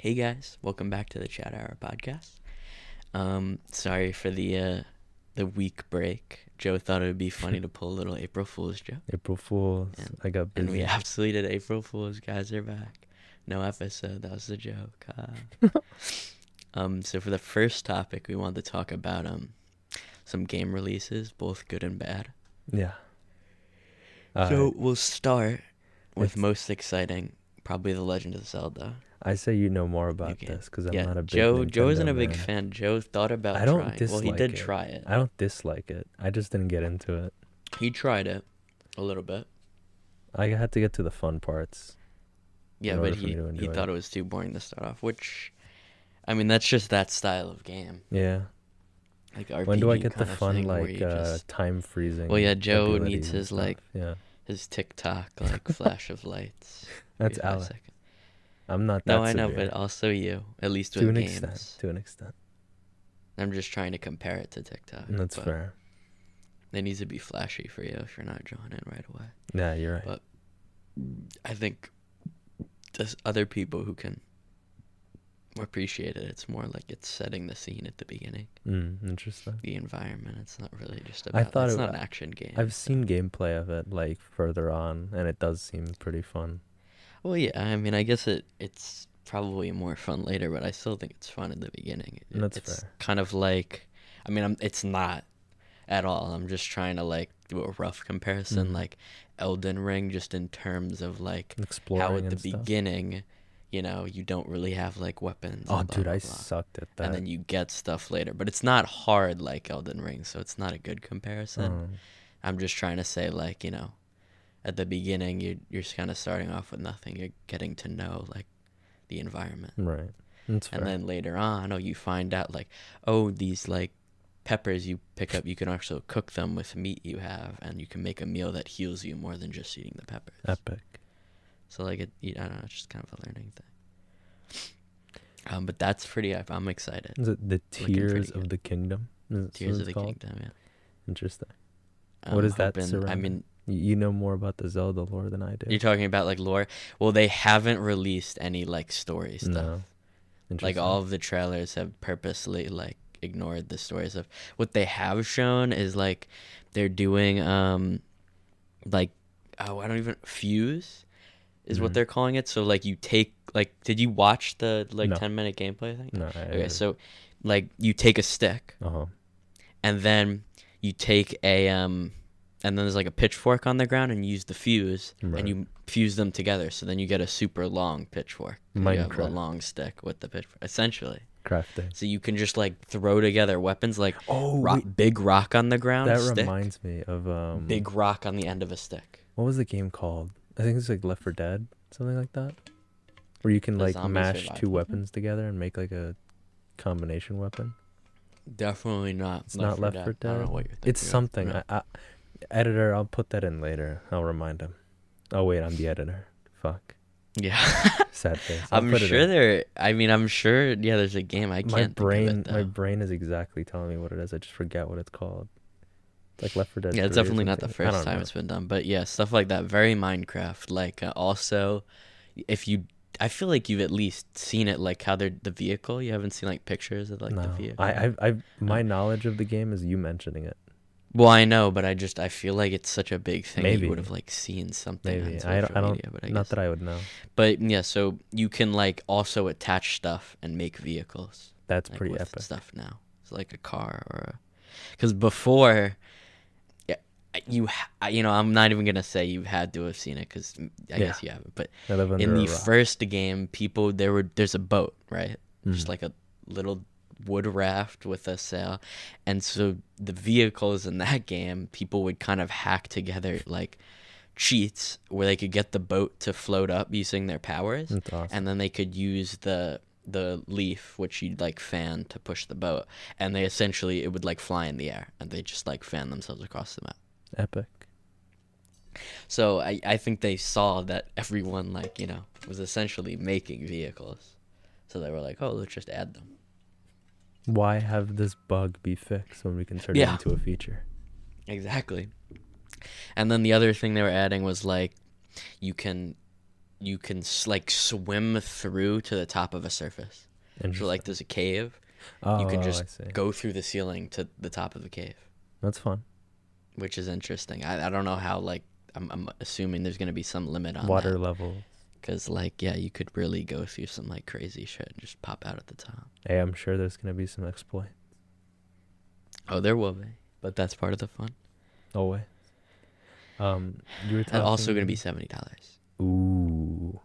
Hey guys, welcome back to the Chat Hour podcast. Um, sorry for the uh, the week break. Joe thought it would be funny to pull a little April Fool's joke, April Fools. And- I got and we busy. absolutely did April Fool's. Guys are back. No episode. That was the joke. Ah. um, so for the first topic, we want to talk about um some game releases, both good and bad. yeah. Uh, so we'll start with It's- most exciting, probably The Legend of Zelda. I say you know more about can. this because I'm yeah, not a big Joe. Joe isn't Nintendo a big man. fan. Joe thought about. I don't trying. Well, he dislike did it. try it. I don't dislike it. I just didn't get into it. He tried it a little bit. I had to get to the fun parts. Yeah, in but order for he me to he enjoy thought it was too boring to start off. Which, I mean, that's just that style of game. Yeah. Like RPG when do I get the kinda fun thing where like you uh, just- time freezing? Well, yeah, Joe ability needs and his, stuff? like- Yeah, his TikTok like flash of lights. every that's five Alec. seconds. I'm not that. No, I know, severe. but also you. At least to with an games, extent, to an extent, I'm just trying to compare it to TikTok. that's Uh, but fair. It needs to be flashy for you if you're not drawing in right away. Yeah, you're right. but- I think there's other people who can appreciate it. It's more like it's setting the scene at the beginning, Mm, interesting. the environment. It's not really just I about. thought it's it- not an action game. I've seen gameplay of it like further on, and it does seem pretty fun. well, yeah. I mean, I guess it it's probably more fun later, but I still think it's fun in the beginning. It- That's it's fair. kind of like, I mean, I'm, it's not at all. I'm just trying to like do a rough comparison, Mhm. like Elden Ring, just in terms of like Exploring how at the and stuff. beginning, you know, you don't really have like weapons. Oh, and blah, dude, blah, I blah. sucked at that. Mm, and then you get stuff later. But it's not hard like Elden Ring, so it's not a good comparison. Oh, I'm just trying to say like you know, at the beginning you you're just kind of starting off with nothing. You're getting to know like the environment, right. That's fair. and then later on, oh, you find out like oh these like peppers you pick up, you can also cook them with meat you have, and you can make a meal that heals you more than just eating the peppers. Epic. So like it, you, I don't know, it's just kind of a learning thing. Um, but that's pretty. I- I'm excited. Is it the pretty Tears good. of the Kingdom? Is that Tears what of it's the called? Kingdom. Yeah. Interesting. I'm What is that Um, I surrounding? mean, Y- You know more about the Zelda lore than I do. you're talking about like lore. Well, they haven't released any like story stuff. No. like Interesting. all of the trailers have purposely like ignored the story stuff. What they have shown is like they're doing um like oh I don't even fuse is what Mhm. they're calling it. So like you take like did you watch the like No. 10 minute gameplay thing? No. I, Okay, so like you take a stick uh-huh. and then you take a um and then there's like a pitchfork on the ground and you use the fuse Right. and you fuse them together so then you get a super long pitchfork 'cause you have a Minecraft. long stick with the pitchfork essentially crafting. so you can just like throw together weapons like Oh, rock, big rock on the ground that stick, reminds me of um. big rock on the end of a stick What was the game called? I think it's like Left for Dead, something like that, where you can The like zombie mash survival. two weapons together and make like a combination weapon. definitely not It's not Left 4 I don't know Dead. what you're thinking It's of. something. Yeah. I, I, editor, I'll put that in later. I'll remind him. Oh wait, I'm the editor. Fuck. yeah Sad face. I'll i'm put it sure in. there i mean i'm sure yeah there's a game i can't my think of it, brain, my though. brain is exactly telling me what it is. I just forget what it's called. It's like Left 4 Dead. yeah, it's 3 or definitely not the something. I first don't time know. it's been done, but yeah, stuff like that. Very Minecraft. Like uh, also, if you, I feel like you've at least seen it. Like how they're the vehicle. You haven't seen like pictures of like the no. vehicle. I, I, I, my knowledge of the game is you mentioning it. well, I know, but I just I feel like it's such a big thing. that Maybe. you would have like seen something. Maybe On I, don't- social I don't. media, but I not guess. that I would know. But yeah, so you can like also attach stuff and make vehicles. That's like, pretty with epic. stuff now. It's like a car or a because before, yeah, you ha- I- you know I'm not even gonna say you had to have seen it because I Yeah. guess you haven't. But I live under in a the rock. first game, people there were there's a boat right, just Mhm. like a little wood raft with a sail, and so the vehicles in that game people would kind of hack together like cheats where they could get the boat to float up using their powers That's awesome. and then they could use the the leaf which you'd like fan to push the boat and they essentially it would like fly in the air and they just like fan themselves across the map epic. so i i think they saw that everyone like you know was essentially making vehicles so they were like oh let's just add them Why have this bug be fixed when we can turn Yeah. it into a feature? exactly and then the other thing they were adding was like you can you can s- like swim through to the top of a surface. So Interesting. like there's a cave, oh, you can I just see. go through the ceiling to the top of the cave, That's fun. which is interesting. I, I don't know how like I'm, I'm assuming there's gonna be some limit on Water level. because like yeah, you could really go through some like crazy shit and just pop out at the top. Hey, I'm sure there's gonna be some exploit. Oh, there will be, but that's part of the fun. No way. Um, you were That's talking. also gonna be seventy dollars. Ooh.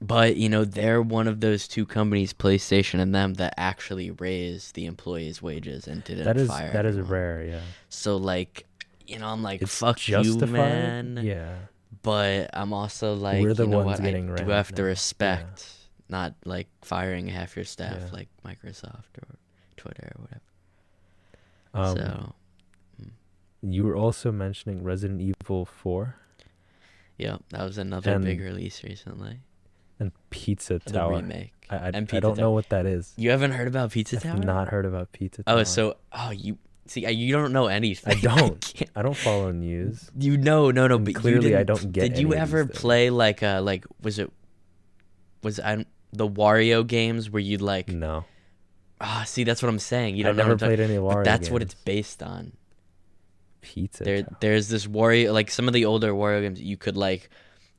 But you know, they're one of those two companies, PlayStation and them, that actually raised the employees' wages and didn't That is fire. that is everyone. rare. Yeah. So like, you know, I'm like, It's fuck you, justified. man. Yeah. But I'm also like, We're the you know ones what? getting I rammed do have to now. respect, not like firing half your staff Yeah. like Microsoft or Twitter or whatever. Um, so you were also mentioning Resident Evil Four yeah, that was another and big release recently. and Pizza The Tower. remake. I I, I and Pizza don't know Tower. what that is. You haven't heard about Pizza Tower? I've not heard about Pizza Tower. Oh, so oh you see, I- you don't know anything. don't. can't- I don't follow news. You know, no, no, And but you clearly I didn't don't pl- get Did any you of these ever things. play like uh like was it was I the Wario games where you'd like No. ah see that's what I'm saying you don't I know never what I'm talking- played any Wario. but that's what it's games. based on. Pizza. There Tower. there's this Wario like some of the older Wario games you could like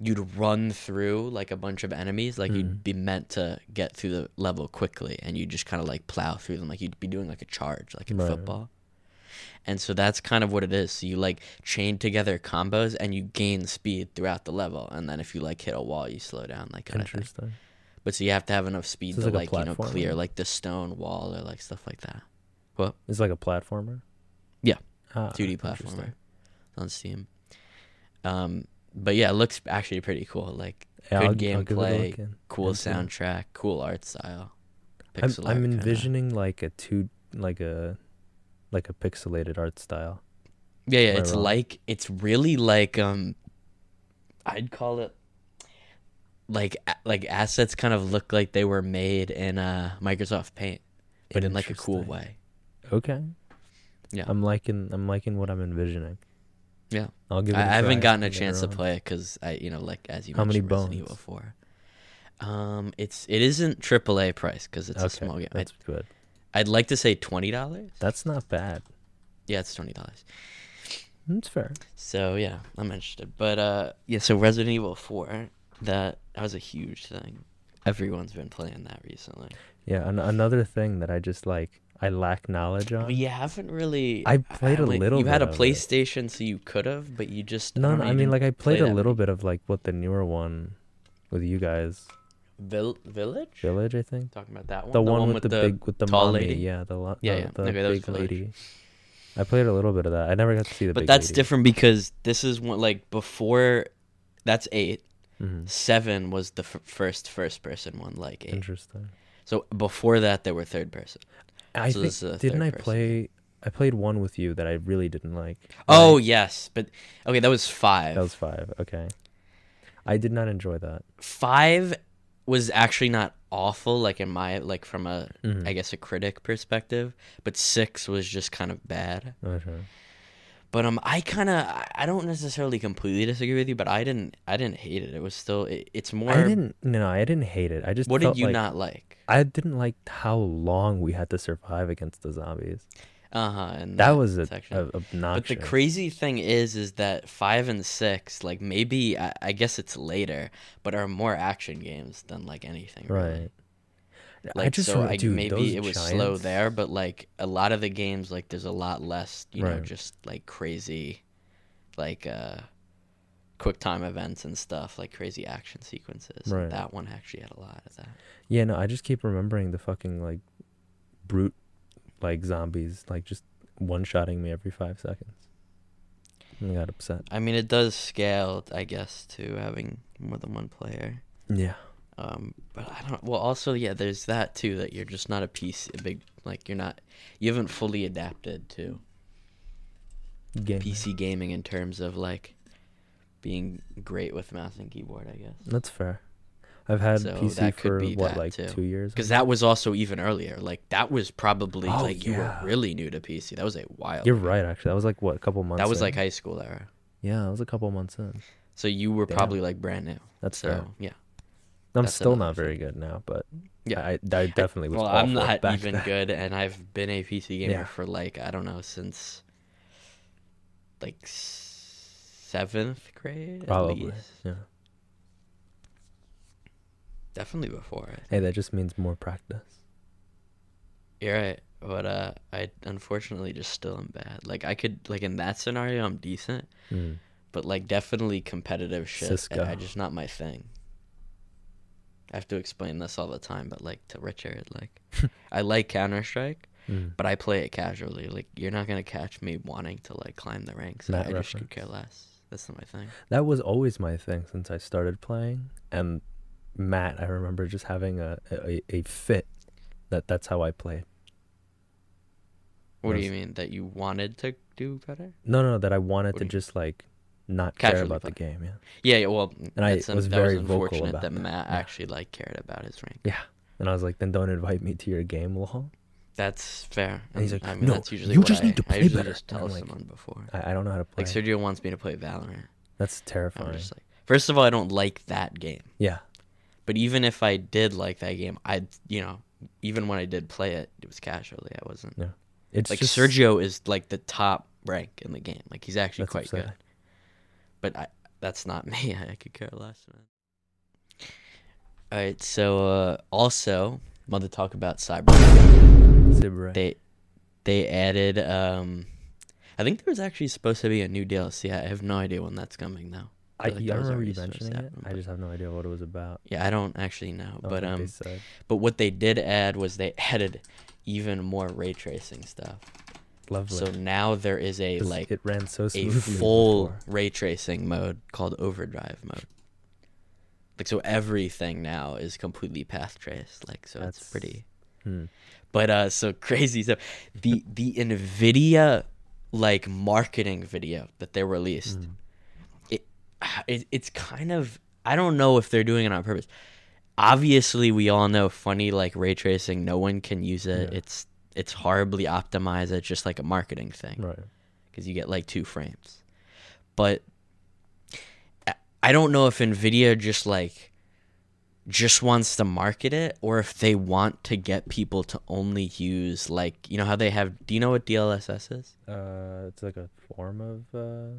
you'd run through like a bunch of enemies like Mm. you'd be meant to get through the level quickly and you just kind of like plow through them like you'd be doing like a charge like in Right. football. And so that's kind of what it is. So you like chain together combos and you gain speed throughout the level and then if you like hit a wall you slow down like kind of thing. Interesting. But so you have to have enough speed So it's to like like, a you know platformer. clear like the stone wall or like stuff like that. It's like a platformer. Yeah. Ah, 2D interesting. platformer on Steam. Um, but yeah, it looks actually pretty cool. Like Yeah, Good I'll- I'll give it a gameplay, look in. cool Excellent. soundtrack, cool art style. I'm, pixel art I'm kinda. envisioning like a two like a like a pixelated art style. Yeah, yeah, Am I it's wrong? like it's really like um, I'd call it like a- like assets kind of look like they were made in uh Microsoft Paint, but in like a cool Interesting. way. Okay. Yeah. I'm liking I'm liking what I'm envisioning. Yeah. I'll give it I, I a haven't try gotten a later chance to on. play it because I, you know, like as you How many mentioned, Resident Evil bones? Four. Um, it's it isn't AAA price because it's a okay, small game. I, That's good. I'd like to say twenty dollars. That's not bad. Yeah, it's twenty dollars. That's fair. So yeah, I'm interested. But uh, yeah, so Resident Evil Four, that that was a huge thing. Everyone's been playing that recently. Yeah, an- another thing that I just like I lack knowledge on. But you haven't really. I played a haven't- little You had a bit of it. PlayStation, so you could have, but you just. No, don't know, no, I you mean didn't like I play played a that little many. bit of like what the newer one with you guys. Vill- Village. Village, I think. Talking about that one. The, one, with, the, big with the tall mommy. lady? Yeah, the lo- Yeah, the, yeah. the Okay, that was big Village. lady. I played a little bit of that. I never got to see the but big that's lady. different because this is one like before that's eight Mhm. seven was the f- first first person one like eight Interesting. so before that they were third person I So this is a think, didn't third I person. play? I played one with you that I really didn't like. oh yes but okay that was five that was five. Okay, I did not enjoy that. five was actually not awful like in my like from a I Mhm. guess a critic perspective but six was just kind of bad Okay. but um i kind of i don't necessarily completely disagree with you but i didn't i didn't hate it it was still it, it's more I didn't. No, I didn't hate it. I just what felt did you like- not like I didn't like how long we had to survive against the zombies. uh-huh and That was a, section. a obnoxious. But the crazy thing is, is that five and six, like maybe I, I guess it's later, but are more action games than like anything. Really. right. Like, I just so re- I, dude, those maybe it was slow giants- there, but like a lot of the games, like there's a lot less, you know, Right. just like crazy, like uh, quick time events and stuff, like crazy action sequences. And Right. That one actually had a lot of that. Yeah, no, I just keep remembering the fucking like brute like zombies like just one shotting me every five seconds. I got upset. I mean, it does scale, I guess, to having more than one player. Yeah. Um, but I don't. Well, also, yeah, there's that too. That you're just not a piece, a big like you're not, you haven't fully adapted to Game. PC gaming in terms of like being great with mouse and keyboard, I guess. That's fair. I've had So PC that could for be what that, like too. two years. Because that was also even earlier. Like that was probably Oh, like you were yeah. really new to PC. That was a while. You're right, actually. That was like what a couple months. That was in? like high school era. yeah, that was a couple months in. So you were Damn. probably like brand new. That's So fair. yeah. I'm that's still another not thing. very good now, but Yeah. yeah, I, I definitely was. well, I'm awful not back even then. good, and I've been a PC gamer Yeah. for like I don't know since like seventh grade. at Probably. least. Yeah. definitely before it. Hey, that just means more practice. You're right, but uh, I unfortunately just still am bad. Like I could like in that scenario, I'm decent, Mm. but like definitely competitive shit, and I Cisco. just not my thing. I have to explain this all the time, but like to Richard, like I like Counter Strike. Mm. but I play it casually. Like you're not gonna catch me wanting to like climb the ranks. That I just could reference. care less. That's not my thing. That was always my thing since I started playing. And Matt, I remember just having a a, a fit that that's how I played. What do Yes. you mean that you wanted to do better? No, no, that I What wanted do to you- just like not care Casually about play. the game. Yeah, Yeah, yeah well, And I that's un- was that very was vocal unfortunate about that that, Matt yeah. actually like cared about his rank. and I was like, then don't invite me to your game, lol. That's fair. And he's And like, I mean, "No, that's usually you what just I, need to I play usually better." just And tell I'm like, someone before. I, I don't know how to play. Like Sergio wants me to play Valorant. that's I'm terrifying. just like, first of all, I don't like that game. Yeah, But even if I did like that game, I you know, even when I did play it, it was casually. I wasn't it's like just Sergio is like the top rank in the game. Like he's actually That's quite upsetting. good. But I, that's not me. I could care less, man. All right. So uh, also, want to talk about cyber? Sibra. They they added. Um, I think there was actually supposed to be a new DLC. I have no idea when that's coming though. I, like yeah, I that was remember already you supposed to mentioning it. happen, I but- just have no idea what it was about. Yeah, I don't actually know. I don't But think they um, said. but what they did add was they added even more ray tracing stuff. lovely. So now there is a 'Cause like it ran so a smoothly full before. ray tracing mode called overdrive mode. Like so everything now is completely path traced. Like so it's That's- pretty Hmm. but uh so crazy stuff. The the Nvidia like marketing video that they released. It, it it's kind of I don't know if they're doing it on purpose. Obviously we all know funny like ray tracing no one can use it. Yeah. It's it's horribly optimized. It's just like a marketing thing Right. because you get like two frames. But I- I don't know if Nvidia just like just wants to market it or if they want to get people to only use like you know how they have do you know what DLSS is? Uh, it's like a form of uh,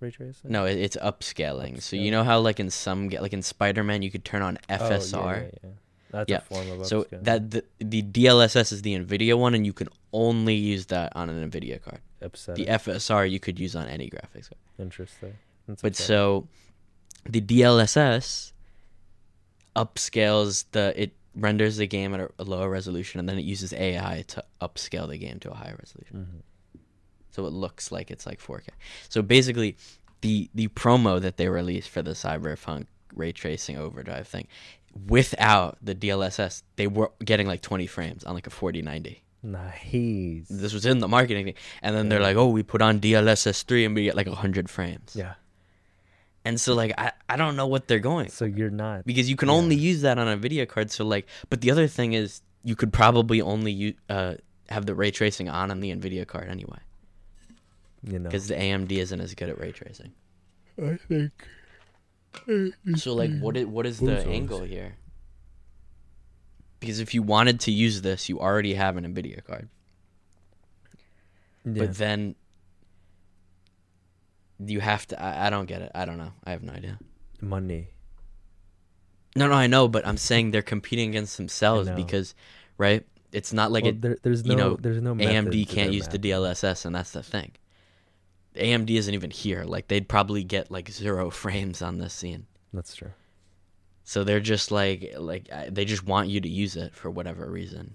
ray tracing. No, it, it's upscaling. So you Upscaling. know how like in some ga- like in Spider-Man you could turn on Oh, FSR. yeah, yeah, yeah. That's Yeah. a form of So upscaling. that the, the DLSS is the Nvidia one and you can only use that on an Nvidia card. The upsetting. FSR you could use on any graphics card. Interesting. That's But upsetting. so the DLSS upscales the it renders the game at a, a lower resolution and then it uses AI to upscale the game to a higher resolution. Mhm. So it looks like it's like 4K. So basically the the promo that they released for the Cyberpunk ray tracing overdrive thing without the DLSS they were getting like 20 frames on like a 4090. nice. This was in the marketing thing and then they're like, "Oh, we put on DLSS 3 and we get like 100 frames." yeah. And so like I, I don't know what they're going So you're not. because you can only use that on a video card. So like, but the other thing is you could probably only u- uh, have the ray tracing on on the Nvidia card anyway You know. because the AMD isn't as good at ray tracing. I think. So like, what is, what is the Bullseyes. angle here? Because if you wanted to use this, you already have an Nvidia card, Yeah. but then you have to. I, I don't get it. I don't know. I have no idea. Money. No, no, I know, but I'm saying they're competing against themselves know. because, right? It's not like well, it there, there's no. you know, there's no. AMD can't use the DLSS, and that's the thing. AMD isn't even here. Like they'd probably get like zero frames on this scene, That's true. so they're just like like I- they just want you to use it for whatever reason.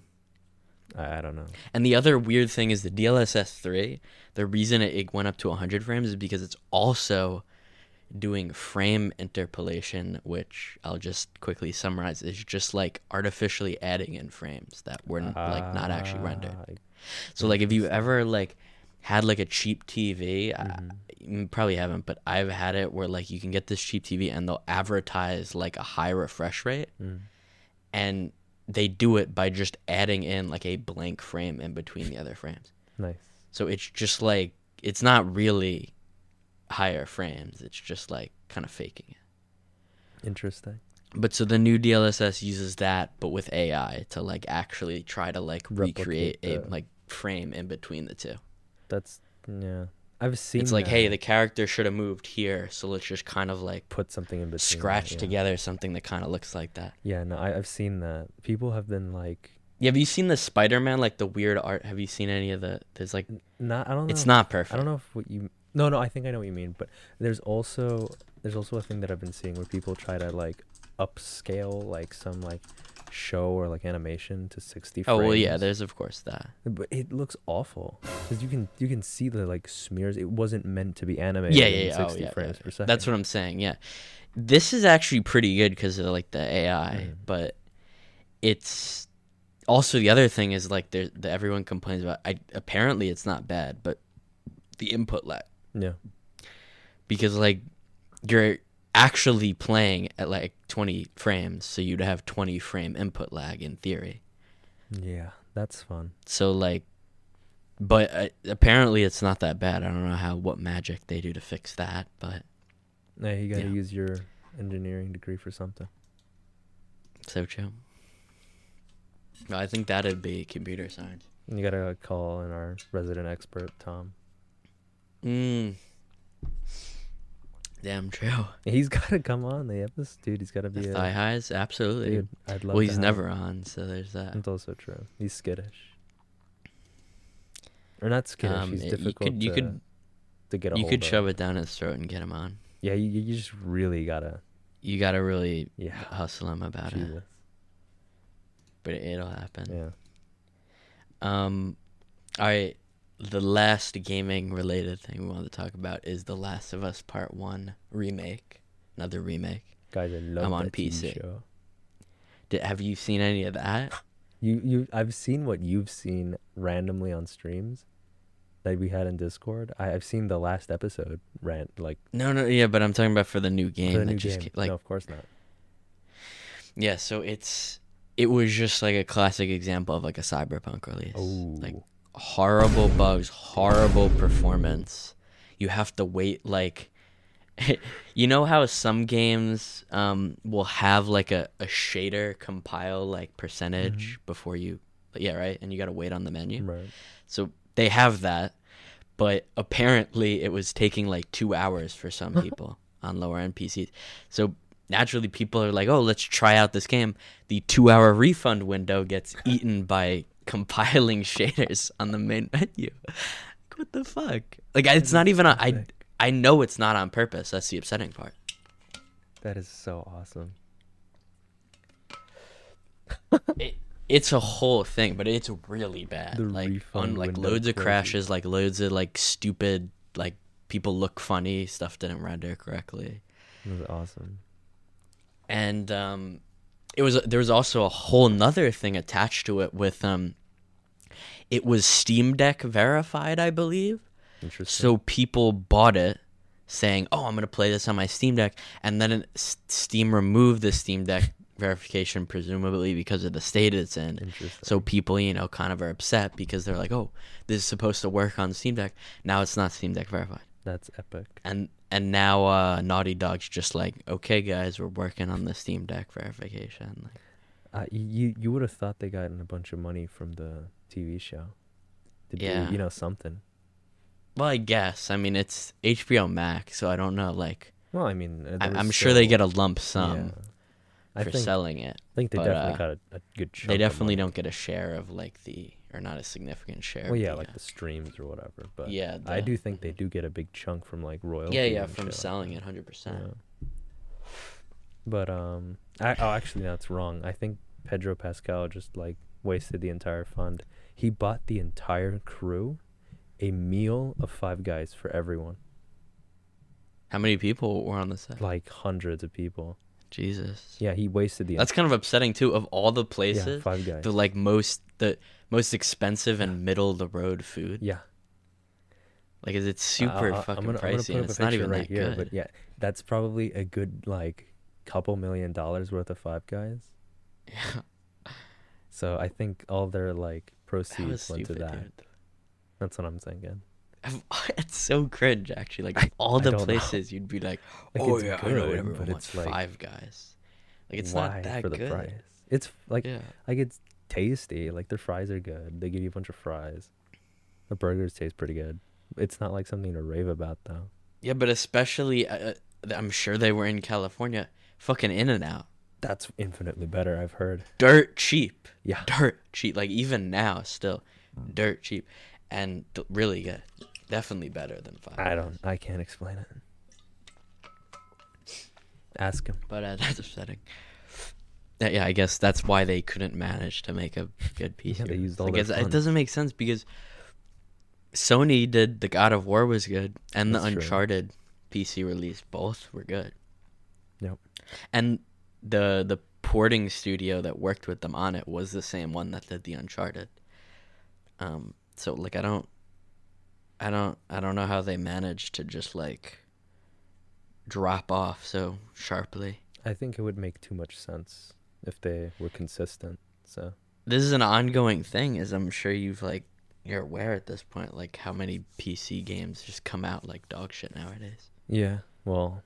I, I don't know. And the other weird thing is the DLSS three. The reason it, it went up to 100 frames is because it's also doing frame interpolation, which I'll just quickly summarize is just like artificially adding in frames that were like not actually rendered. Ah, So like if you ever like had like a cheap TV, I Mm-hmm. you probably haven't, but I've had it where like you can get this cheap TV and they'll advertise like a high refresh rate Mm. and they do it by just adding in like a blank frame in between the other frames. Nice. So it's just like it's not really higher frames. It's just like kind of faking it. Interesting. But so the new DLSS uses that, but with AI to like actually try to like recreate Replicate a the- like frame in between the two. That's yeah. I've seen. it's like, that. hey, the character should have moved here, so let's just kind of like put something in between. that, scratch yeah. together something that kind of looks like that. Yeah, no, I, I've seen that. People have been like, Yeah, have you seen the Spider Man like the weird art? Have you seen any of the? There's like not. I don't know. it's not perfect. I don't know if what you. No, no, I think I know what you mean. But there's also there's also a thing that I've been seeing where people try to like upscale like some like show or like animation to 60 Oh well, yeah. frames. There's of course that. But it looks awful because you can you can see the like smears. It wasn't meant to be animated. Yeah, yeah, in yeah. Oh, 60 yeah, yeah, frames yeah. per second. That's what I'm saying. Yeah, this is actually pretty good because of like the AI, Mm. but it's also the other thing is like there that everyone complains about. I apparently it's not bad, but the input lag yeah. because like you're actually playing at like 20 frames, so you'd have 20 frame input lag in theory. Yeah, that's fun. So like, but uh, apparently it's not that bad. I don't know how what magic they do to fix that, but Now you gotta Yeah. use your engineering degree for something. So true. No, I think that'd be computer science. You gotta call in our resident expert Tom. Mm. Damn true. He's gotta come on the episode, dude. He's gotta The be thigh a highs, absolutely. dude. I'd love. well, to he's have never on, so there's that. That's also true. He's skittish. Or not skittish. Um, he's it- you difficult could you to, could to get a you hold could of. shove it down his throat and get him on. Yeah, you, you just really gotta. You gotta really Yeah. hustle him about it, Jesus. but it'll happen. Yeah. Um, all right. The last gaming related thing we want to talk about is The Last of Us Part One remake. Another remake. Guys, I love I'm on that TV PC. show. Did, have you seen any of that? You you I've seen what you've seen randomly on streams that we had in Discord. I, I've seen the last episode rant like No, no, yeah, but I'm talking about for the new game for the that new just game. ca- like no, of course not. yeah, so it's it was just like a classic example of like a cyberpunk release. Oh, Like horrible bugs, horrible performance. You have to wait like you know how some games um will have like a, a shader compile like percentage before you yeah, right? And you got to wait on the menu. right. So they have that, but apparently it was taking like two hours for some people on lower end PCs. So naturally, people are like, "Oh, let's try out this game." The two-hour refund window gets eaten by compiling shaders on the main menu. Like, what the fuck? Like, it's not even. On, I sick. I know it's not on purpose. That's the upsetting part. That is so awesome. It, it's a whole thing, but it's really bad. The like, refund on, like window loads of closes. crashes, like loads of like stupid, like people look funny stuff didn't render correctly. That was awesome. and um, it was there was also a whole nother thing attached to it with um, it was Steam Deck verified, I believe. Interesting. So people bought it, saying, "Oh, I'm gonna play this on my Steam Deck," and then it- S- Steam removed the Steam Deck verification, presumably because of the state it's in. Interesting. So people, you know, kind of are upset because they're like, "Oh, this is supposed to work on Steam Deck. Now it's not Steam Deck verified." That's epic. and and now uh, Naughty Dog's just like, okay, guys, we're working on the Steam Deck verification. Like, Uh, you you would have thought they gotten a bunch of money from the TV show. To do, Yeah. you know something. well, I guess. I mean, it's HBO Max, so I don't know. Like, Well, I mean, uh, I- there was I'm sure they still- get a lump sum yeah. I for think, selling it. I think they but, definitely uh, got a, a good. Chunk They of definitely money. don't get a share of like the or not a significant share. Well, of yeah, the, like uh, the streams or whatever. But yeah, I the- do think they do get a big chunk from like royalties. yeah, yeah, and from shit like selling it, that. hundred percent. Yeah. But um, I, oh, actually, no, it's wrong. I think Pedro Pascal just like wasted the entire fund. He bought the entire crew a meal of Five Guys for everyone, How many people were on the set? like hundreds of people. Jesus, Yeah, he wasted the that's kind of upsetting too. Of all the yeah, places, Five Guys. the like most the most expensive and middle of the road food. yeah, Like, is it I- super I- I'm fucking gonna- I'm gonna pricey? put and up a it's not picture even that right here, good. But yeah, that's probably a good like couple million dollars worth of Five Guys. Yeah, So I think all their like that was proceeds went stupid, to that. dude. That's what I'm thinking. it's so cringe actually. Like I- all I the don't know. places you'd be like, Like, oh it's yeah, I know good, whatever. but want it's, like, Five Guys. Like it's Why not that for the good. price? It's f- like yeah. like it's tasty. Like their fries are good. They give you a bunch of fries. The burgers taste pretty good. It's not like something to rave about though. Yeah, but especially uh, uh, I'm sure they were in California. Fucking In and Out, That's infinitely better. I've heard. dirt cheap, Yeah. dirt cheap. Like even now, still, dirt cheap, and d- really good. Definitely better than Five. I don't. I can't explain it. Ask him. But uh, that's upsetting. Yeah, yeah, I guess that's why they couldn't manage to make a good piece. Yeah, they here. used all Like, their it's- It funds. doesn't make sense because Sony did the God of War was good, and the That's true. Uncharted PC release both were good. Yep. And the the porting studio that worked with them on it was the same one that did the Uncharted. Um. So like, I don't, I don't, I don't know how they managed to just like drop off so sharply. I think it would make too much sense if they were consistent. So this is an ongoing thing as i'm sure you've like you're aware at this point like how many pc games just come out like dog shit nowadays yeah. Well,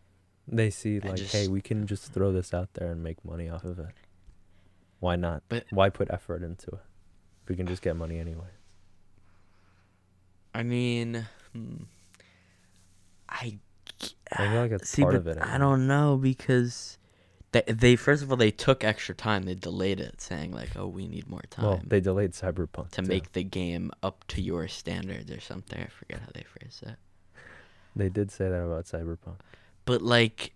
they see I like, just- hey, we can just throw this out there and make money off of it. Why not? But- why put effort into it? We can just get money anyway. i mean hmm, i g- I feel like that's see part but of it. i mean. don't know because they, they first of all they took extra time they delayed it saying like oh we need more time Well, they delayed Cyberpunk to too. make the game up to your standards or something i forget how they phrase that They did say that about Cyberpunk. but like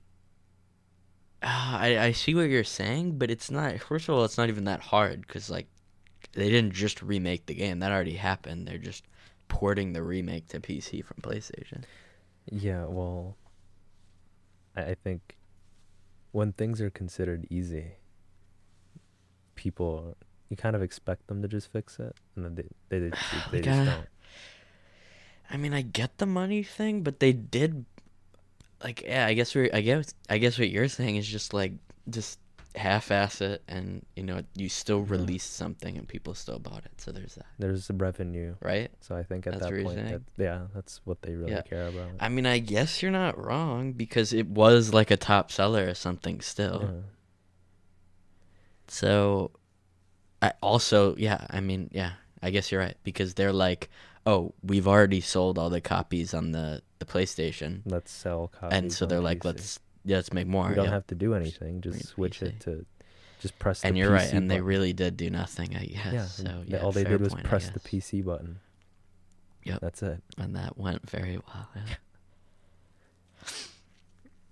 ah, I, I see what you're saying but it's not first of all it's not even that hard because like they didn't just remake the game that already happened they're just porting the remake to pc from playstation Yeah. Well, I, I think when things are considered easy, people you kind of expect them to just fix it, and then they they, they, just- they Like, just uh, don't. i mean i get the money thing but they did like yeah i guess we're i guess i guess what you're saying is just like just half-ass it and you know you still Yeah. released something and people still bought it so there's that There's the revenue, right so I think at That's that what you're point, that, saying? yeah, that's what they really Yeah. care about. I mean, I guess you're not wrong because it was like a top seller or something still. Yeah. So, I also, yeah, I mean, yeah, I guess you're right because they're like, oh, we've already sold all the copies on the, the PlayStation. Let's sell copies. and so on they're like, PC. let's, yeah, let's make more. We don't yeah. have to do anything. Bring Just it switch PC. it to, just press. and the you're right. PC And they button. really did do nothing, I guess. Yeah. so, and yeah. they- all they fair did was point, I press the guess. PC button. Yep. That's it. And that went very well. yeah.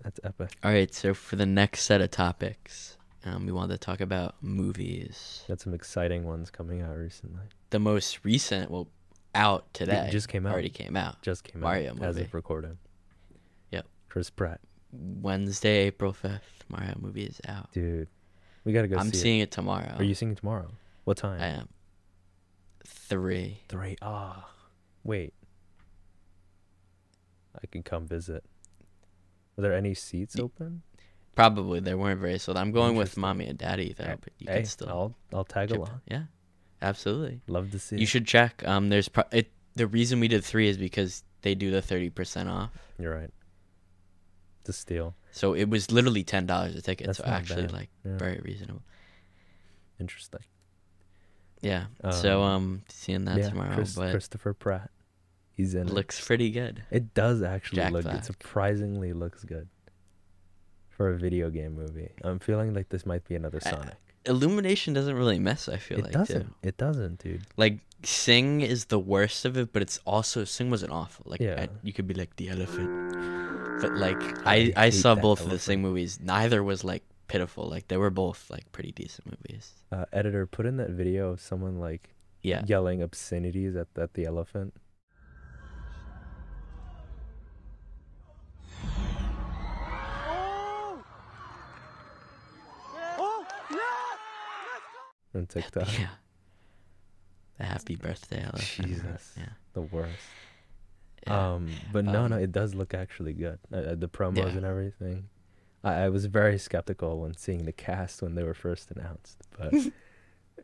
That's epic. all right. So, for the next set of topics, um, we wanted to talk about movies. Got some exciting ones coming out recently. the most recent, well, out today. just came out. Already came out. Just came Mario out as movie. of recording. Yep. Chris Pratt, Wednesday, April fifth. Mario movie is out. dude, we gotta go I'm see. seeing it, tomorrow. it. Are you seeing it tomorrow? What time? I am. Three. Three. Ah, wait. I can come visit. Are there any seats Y- open? Probably they weren't very sold. I'm going with Interesting. mommy and daddy though, Eh, but you Hey, can still I'll I'll tag chip along. in. Yeah, absolutely. Love to see. You it. should check. Um, there's pro- it. The reason we did three is because they do the thirty percent off. You're right. The steal. So it was literally ten dollars a ticket. That's so not actually, bad. like Yeah. very reasonable. Interesting. Yeah. so um, seeing that Uh, yeah, tomorrow, Chris- but Christopher Pratt. He's in. it. looks pretty good. It does actually Jack look Black. it surprisingly looks good for a video game movie. I'm feeling like this might be another I- Sonic. Illumination doesn't really miss. I feel it like doesn't. too. It doesn't, dude. Like Sing is the worst of it, but it's also Sing wasn't awful. Like Yeah. I, you could be like the elephant, but like I I I hate saw that both of the Sing movies. Neither was like pitiful. Like they were both like pretty decent movies. Uh, editor, put in that video of someone like Yeah, yelling obscenities at, at the elephant. On TikTok, Oh, yeah. The Happy Birthday Elephant. Jesus. Yeah. the worst. yeah. Um, but no, no, Um, it does look actually good. Uh, Uh, the promos Yeah. and everything. I, I was very skeptical when seeing the cast when they were first announced, but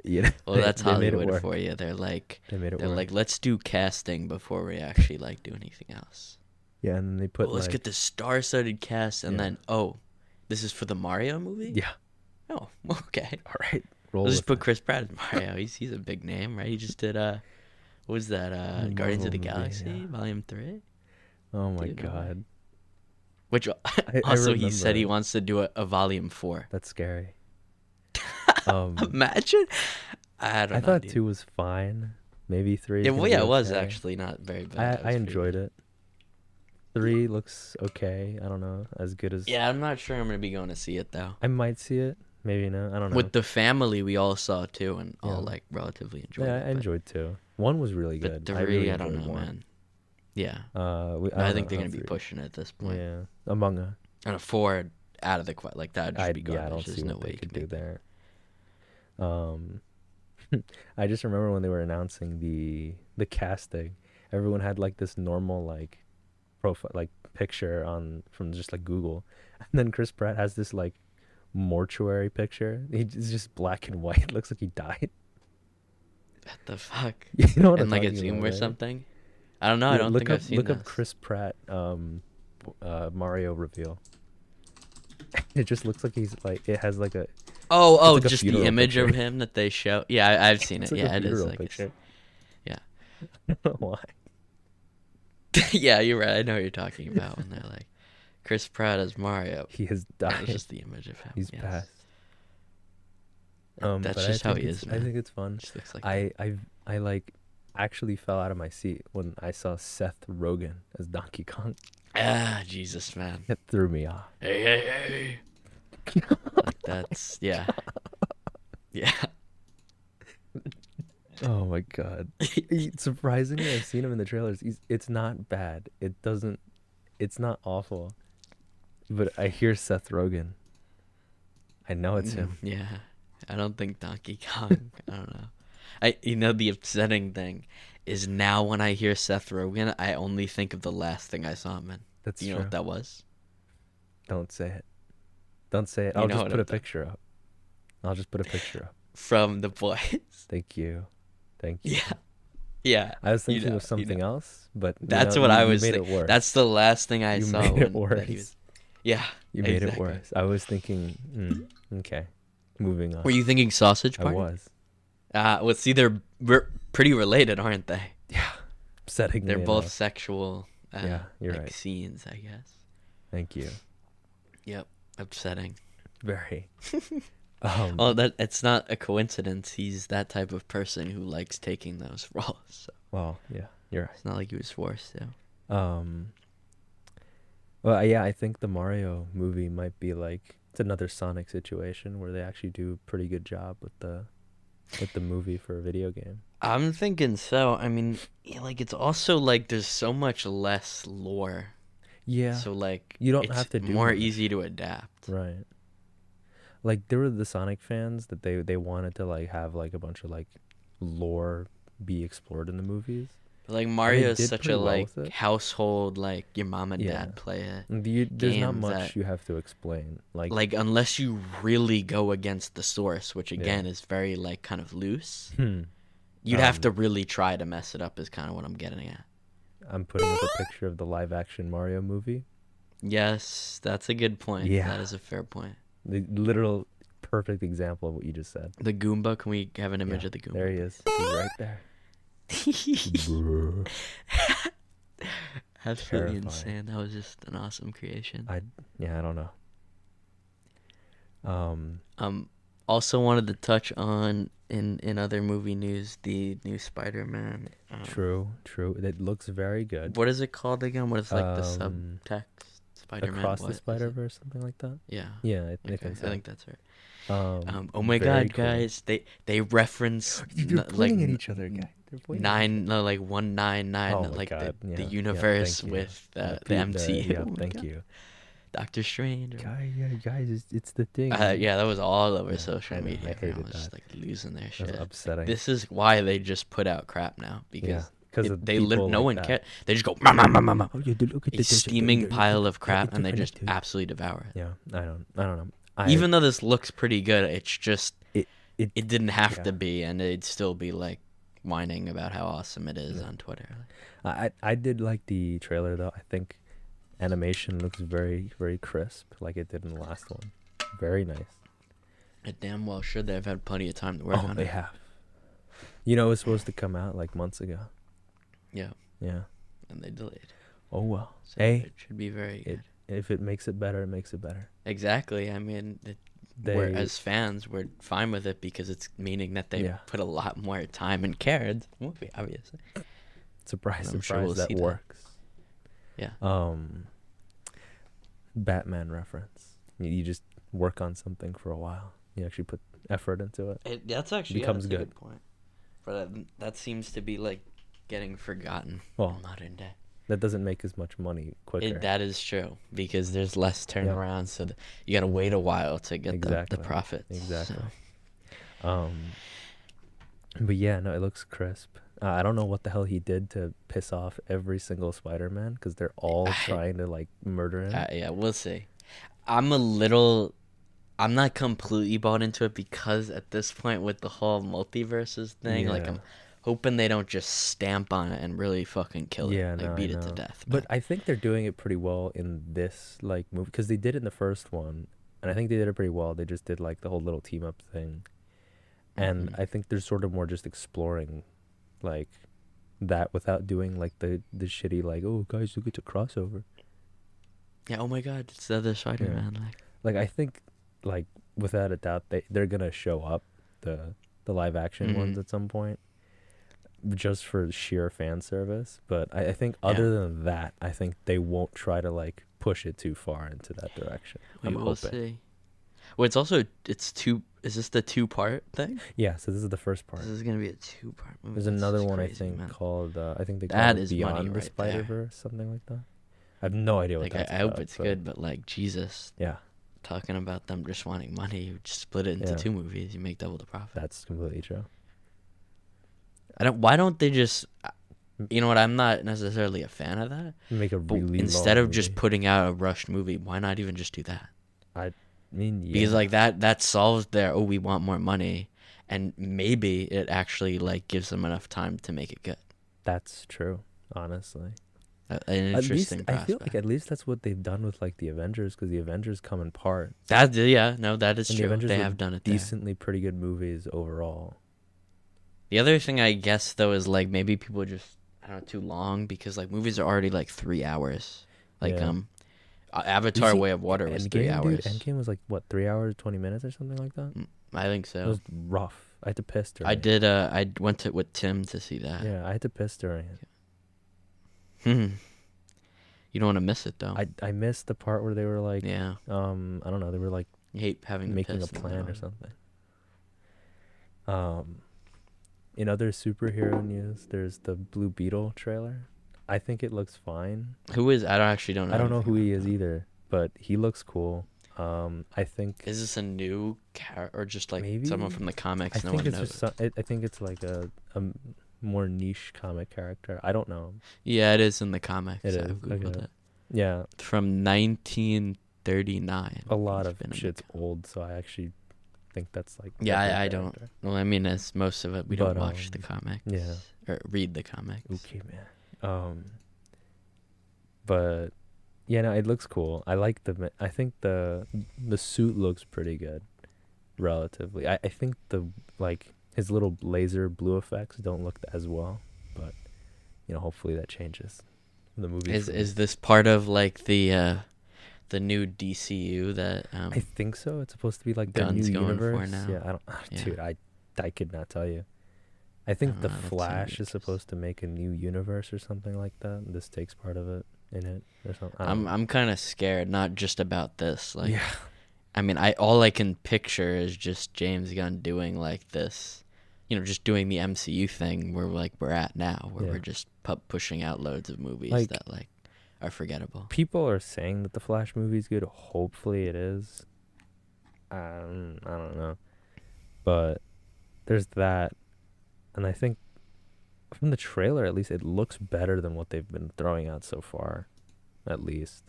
Yeah. Well, that's They made it Hollywood work. for you. They're like, They made it they're work. like, let's do casting before we actually like do anything else. yeah, and then they put Well, let's like, get the star-studded cast, and Yeah. then oh, this is for the Mario movie. yeah, Oh, okay. all right, roll. Let's With just put Chris Pratt as Mario. He's he's a big name, right? He just did uh, what was that? Uh, The Guardians of the Marvel movie, Galaxy yeah. Volume Three. it. oh my Dude, god, Which I also he said remember. he wants to do a, a Volume Four. that's scary. um, Imagine. I don't I know. thought dude. two was fine, maybe three. Yeah, can well, be yeah, it was okay. actually not very bad. It was I, I pretty enjoyed good. it. Three looks okay. I don't know, as good as Yeah, I'm not sure I'm gonna be going to see it though. I might see it. Maybe not. I don't know. With the family, we all saw too, and Yeah. all like relatively enjoyed. yeah, it, I but- enjoyed two. One was really But good. three, I, really don't enjoyed know, one. man. Yeah, Uh, I, we, don't think know they're how gonna be three- pushing it at this point. Yeah, Among Us. And a four out of the question, like that would just I be yeah, I don't garbage. There's see no what way they you could can do make that. there. Um, I just remember when they were announcing the the casting, everyone had like this normal like profile like picture on from just like Google, and then Chris Pratt has this like mortuary picture. He j- It's just black and white. It looks like he died. What the fuck? You know what And I'm like a talking Zoom about, or right? something. I don't know. I Yeah, don't look think up, I've seen Look this. up Chris Pratt um, w- uh, Mario reveal. it just looks like he's like it has like a Oh, oh, like a just the funeral image of picture. him that they show. Yeah, I, I've seen it's it. like yeah, a it is funeral like. picture. it's- yeah. I don't know why. yeah, you're right. I know what you're talking about when they're like, Chris Pratt as Mario. He has That died. was just the image of him. He's yes. passed. Um, That's but I just how think he it's- is, I man. think it's fun. Just looks like that. I I I like actually fell out of my seat when I saw Seth Rogen as Donkey Kong. Ah, Jesus, man. It threw me off. Hey, hey, hey. like that's yeah, yeah. Oh my god! He- Surprisingly, I've seen him in the trailers. He's, it's not bad. It doesn't. It's not awful. But I hear Seth Rogen. I know it's Mm. him. Um, Yeah, I don't think Donkey Kong. I don't know. I you know the upsetting thing is now when I hear Seth Rogen, I only think of the last thing I saw him in. That's you know true. what that was? Don't say it. Don't say it. You I'll know just what I'm put a talking- picture up. I'll just put a picture up. From The Boys. Thank you. Thank you. yeah, yeah. I was You thinking know, of you something else, but you That's know, what you- I you was. made think- it worse. That's the last thing I You saw. made it when- that he worse. was- yeah. you made exactly. it worse. I was thinking, mm, okay, moving on. Were you thinking sausage Uh, I party? was. Uh, well, see, they're re- pretty related, aren't they? Yeah, setting. They're me both off. sexual. Uh, Yeah, you're like right. Scenes, I guess. Thank you. Yep. Upsetting. Very. Um, Oh, that it's not a coincidence. He's that type of person who likes taking those roles. So well, yeah, you're it's not like he was forced to. right. Um, well, yeah, I think the Mario movie might be like it's another Sonic situation where they actually do a pretty good job with the with the movie for a video game. I'm thinking so. I mean, yeah, like it's also like there's so much less lore. Yeah. So like You don't it's have to do more much. easy to adapt. Right. Like there were the Sonic fans that they they wanted to like have like a bunch of like lore be explored in the movies. But, like Mario did is such pretty a well like with it. household like your mom and Yeah. dad play it. And You, there's not Games much that- you have to explain. Like, Like unless you really go against the source, which again is very like kind of loose. hmm, You'd have Um, to really try to mess it up is kind of what I'm getting at. I'm putting up a picture of the live action Mario movie. Yes, that's a good point. Yeah. That is a fair point. The literal perfect example of what you just said. The Goomba, can we have an image Yeah, of the There Goomba? he is. He's right there. Bruh. Absolutely Terrifying. insane. That was just an awesome creation. I yeah, I don't know. Um Um also wanted to touch on in in other movie news the new Spider-Man. um, true, true. It looks very good. What is it called again? What is like the Um, subtext? Spider-Man Across what the is it? Spider Verse, something like that. Yeah. Yeah, I, I Okay, think so. I think that's right. Um, Um, oh my very god, cool. guys! They they reference You're n- like pointing at n- each other, guy. They're pointing at nine no, like one nine nine Oh my like God, the, yeah, the yeah, universe thank you. with each- uh, the MCU. Yeah, Oh my thank God. you. Doctor Strange. or- Guy, yeah, guys, it's, it's the thing. Uh, yeah, that was all over Yeah, I social know, media. I everyone hated was just that. like losing their That's shit. upsetting. This is why they just put out crap now yeah, because because it- they lit no one that. cared. They just go "Ma, ma, ma, ma, ma," Oh, yeah, dude, look at a this, it's steaming dirty, pile look, of crap, and they interconnected. just absolutely devour it. Yeah, I don't, I don't know. I, Even though this looks pretty good, it's just It- It- it didn't have yeah. to be, and it'd still be like whining about how awesome it is on Twitter. I I I did like the trailer though. I think animation looks very very crisp, like it did in the last one. Very nice. It damn well should. They've had plenty of time to work oh, on they it. have. You know, it was supposed to come out like months ago. Yeah, Yeah. and they delayed. Oh well. So Hey, it should be very it- good. if it makes it better, it makes it better. Exactly. I mean, it, They we're, as fans, we're fine with it because it's meaning that they Yeah. put a lot more time and care into the movie, obviously. surprise, I'm surprise, sure we'll that see that. works. Yeah. Um. Batman reference. You, you just work on something for a while. You actually put effort into it. It, that's actually Becomes that's a good. point. But uh, that seems to be like getting forgotten Well, in modern day. that doesn't make as much money quicker. It, that is true because there's less turnaround, so th- you gotta wait a while to get the, Exactly, the profits. Exactly. So, Um, but yeah, no, it looks crisp. Uh, I don't know what the hell he did to piss off every single Spider-Man because they're all I- trying to like murder him. uh, yeah, we'll see. I'm a little, I'm not completely bought into it because at this point with the whole multiverses thing, like Yeah. I'm hoping they don't just stamp on it and really fucking kill Yeah, it, like no, I beat it to know. death. but I think they're doing it pretty well in this like movie because they did it in the first one, and I think they did it pretty well. They just did like the whole little team up thing, and mm-hmm. I think they're sort of more just exploring, like, that without doing like the the shitty like oh guys look at the crossover. yeah, oh my god, it's the other Spider-Man. Like, like I think like without a doubt they they're gonna show up the the live action ones Mhm. at some point just for sheer fan service but I, I think other than that I think they won't try to like push it too far into that direction we I'm will hoping see. Well, it's also it's two. Is this the two part thing? yeah so this is the first part This is gonna be a two part movie. there's This another is one I crazy, think man. called uh, I think they call That it is money Beyond the right there. Spider Verse something like that I have no idea what Like I, that's I hope about, it's but good, but like Jesus, yeah talking about them just wanting money, you just split it into Yeah. two movies, you make double the profit. that's completely true I don't. Why don't they just? I- You know what? I'm not necessarily a fan of that. make a But really instead long of just movie. putting out a rushed movie, why not even just do that? I mean yeah. Because like that, that solves their oh we want more money, and maybe it actually like gives them enough time to make it good. that's true honestly A- An at least interesting I feel prospect. like at least that's what they've done with like the Avengers because the Avengers come in part that yeah no that is And the true. Avengers They were have done it. there. decently pretty good movies overall. The other thing I guess though is like maybe people just I don't know too long because like movies are already like three hours. Like Yeah. um, A- Avatar: see Way of Water was Endgame, three dude, hours. Endgame was like what three hours twenty minutes or something like that. I think It so. was rough. I had to piss during. I it. did. Uh, I went to with Tim to see that. Yeah, I had to piss during it. Hmm. You don't want to miss it though. I I missed the part where they were like, Oh. yeah, um, I don't know, they were like you hate having to making a piss in the plan or middle. something. Um, in other superhero news, there's the Blue Beetle trailer. I think it looks fine. Who is? I don't actually don't. know I don't know anything who he about is that. either, but he looks cool. Um, I think Is this a new character or just like someone Maybe? from the I comics? no think one it's knows. just some, it, I think it's like a, a m- more niche comic character. I don't know. Yeah, it is in the comics. It I've is, googled okay. it. Yeah, From 1939. a lot It's of been in the shit's old, so I actually think that's like Yeah, every I- I don't- character. Well, I mean, as most of it, we But, um, don't watch the comics. yeah. Or read the comics. Okay, man. Um, but yeah, no, it looks cool. I like the. ma- I think the the suit looks pretty good, relatively. I I think the like his little laser blue effects don't look as well, but you know, hopefully that changes. when The movie Is is this part of like the uh, the new DCU that um, I think so. It's supposed to be like their new Guns going for universe. now. Yeah, I don't, Yeah. dude. I I could not tell you. I think don't the know, that sounds Flash is ridiculous. supposed to make a new universe or something like that. and This takes part of it in it or something. I don't I'm I'm kind of scared, not just about this. Like, yeah, I mean, I all I can picture is just James Gunn doing like this, you know, just doing the MCU thing where like we're at now, where Yeah. we're just pu- pushing out loads of movies Like- that like are forgettable. people are saying that the Flash movie is good. Hopefully, it is. Um, I don't know, but there's that, and I think from the trailer at least, it looks better than what they've been throwing out so far, at least.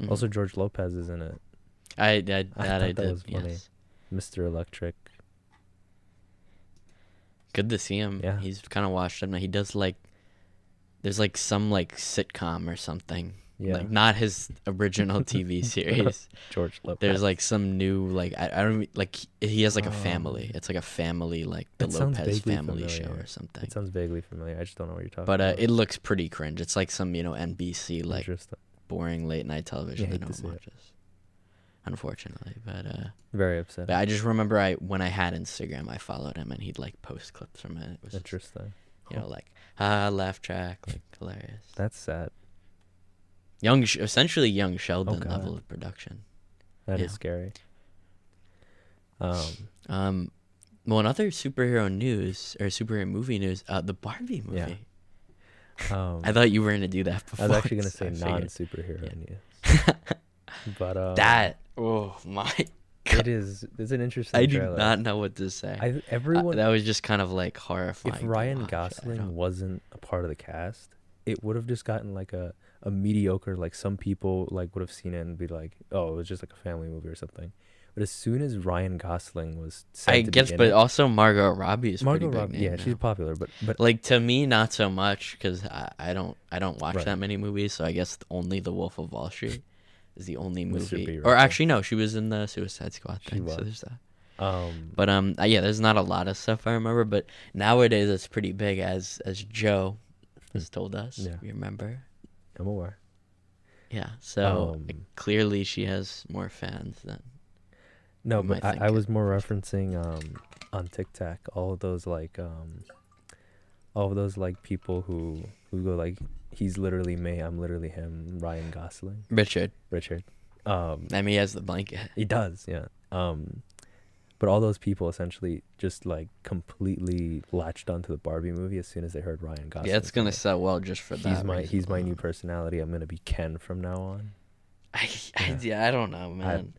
Mhm. Also, George Lopez is in it. I, I that I I, thought that did. was funny. yes. Mr. Electric. Good to see him. Yeah. He's kind of washed up now. He does like there's like some like sitcom or something. Yeah. Like not his original TV series. George Lopez. There's like some new like I, I don't even- like he- he has like a Um, family. It's like a family like the that sounds Lopez vaguely family show familiar. or something. It sounds vaguely familiar. I just don't know what you're talking But uh, about. it looks pretty cringe. It's like some you know NBC like Interesting. boring late night television I that hate no to see it. one watches. Unfortunately, but uh, Very upset. but I just remember I when I had Instagram, I followed him and he'd like post clips from it. It was Interesting. you know like ah laugh track like hilarious. That's sad. Young, Sh- essentially young Sheldon God. level of production. That is Yeah. scary. Um, Um, well, in other superhero news or superhero movie news, uh, the Barbie movie. Yeah. um, I thought you were gonna do that I before. was actually gonna so say I figured- non superhero news, but um, That oh my, it is. It's an interesting. I do trailer. not know what to say. I Uh, everyone. that was just kind of like horrifying. if to Ryan watch, I don't- Gosling wasn't a part of the cast, it would have just gotten like a a mediocre. Like some people like would have seen it and be like, "Oh, it was just like a family movie or something." But as soon as Ryan Gosling was, said I to guess, be in but it- also Margot Robbie is Margot pretty big Robbie, name yeah, now. she's popular, but but like to me not so much because I, I don't I don't watch Right. that many movies, so I guess only The Wolf of Wall Street is the only Mr. movie. B Or right there. actually, no, she was in the Suicide Squad She thing. So was. there's that. um, But um, uh, yeah, there's not a lot of stuff I remember. But nowadays, it's pretty big, as as Joe has told us. Yeah. You remember? I'm aware. Yeah. So Um, uh, clearly, she has more fans than. No, you but might I, I think. was more referencing um, on TikTok all of those like um, all of those like people who who go like he's literally me, I'm literally him, Ryan Gosling, Richard. Richard. Um, I mean, he has the blanket. he does, yeah. Um, but all those people essentially just like completely latched onto the Barbie movie as soon as they heard Ryan Gosling. Yeah, it's in gonna it. sell well just for that. He's my reason he's my new alone. personality. I'm gonna be Ken from now on. I, I, yeah, I don't know, man.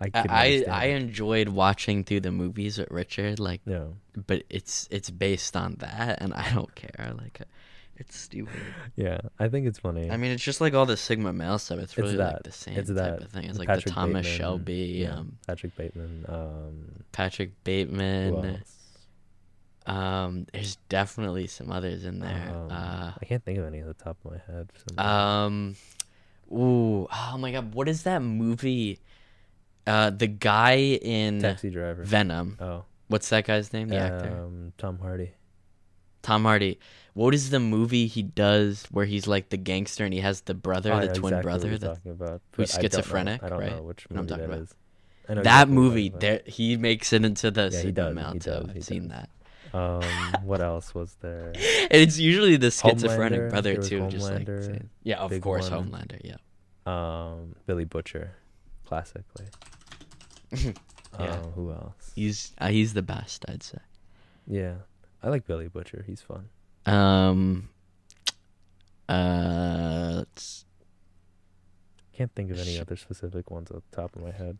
I couldn't I, I, I understand it. enjoyed watching through the movies with Richard, like, no. but it's it's based on that, and I don't care. Like, uh, it's stupid. Yeah, I think it's funny. I mean, it's just like all the Sigma male stuff. It's really like that. the same It's type that. of thing. It's like the Patrick Thomas Bateman, Shelby, yeah, um, Patrick Bateman. Um, Patrick who Bateman. else? Um, there's definitely some others in there. Um, I can't think of any at the top of my head. for some uh, um, ooh, oh my god, what is that movie? Uh, the guy in reason. taxi driver. Venom. oh, What's that guy's name? The actor. um, Tom Hardy. Tom Hardy. What is the movie he does where he's like the gangster and he has the brother, Oh, I the know twin exactly what brother? you're That, talking about, who's but I don't know- schizophrenic, I don't right? know which What I'm movie that talking is. about. I know that exactly what you're movie, talking there he makes it into the Yeah, he Sigma does, Male he too. does, I've he seen does. that. about. Um, what else was there? And it's usually the schizophrenic Homelander, brother there was too, just like Homelander, saying- yeah, of Big course, one. Homelander. Yeah, Um, Billy Butcher, classically. Yeah. Uh, who else? he's uh, he's the best, I'd say. Yeah, I like Billy Butcher. He's fun. Um, uh, let's- Can't think of any Sh- other specific ones off the top of my head.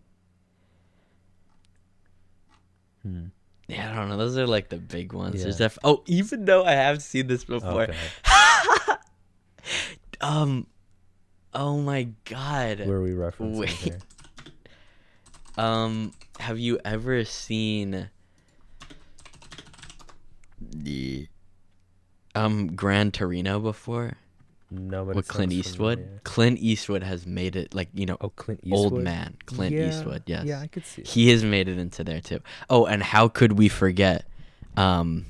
Hmm. yeah, I don't know. Those are like the big ones. There's Yeah. Oh, def- oh, even though I have seen this before, Okay. um, oh my god, Where are we referencing Wait. here? Um, have you ever seen the um Gran Torino before No, but with it sounds Clint Eastwood? familiar. Clint Eastwood has made it like you know Oh, Clint Eastwood. old man Clint Yeah, Eastwood. Yes, Yeah, I could see. It. he has made it into there too. Oh, and how could we forget um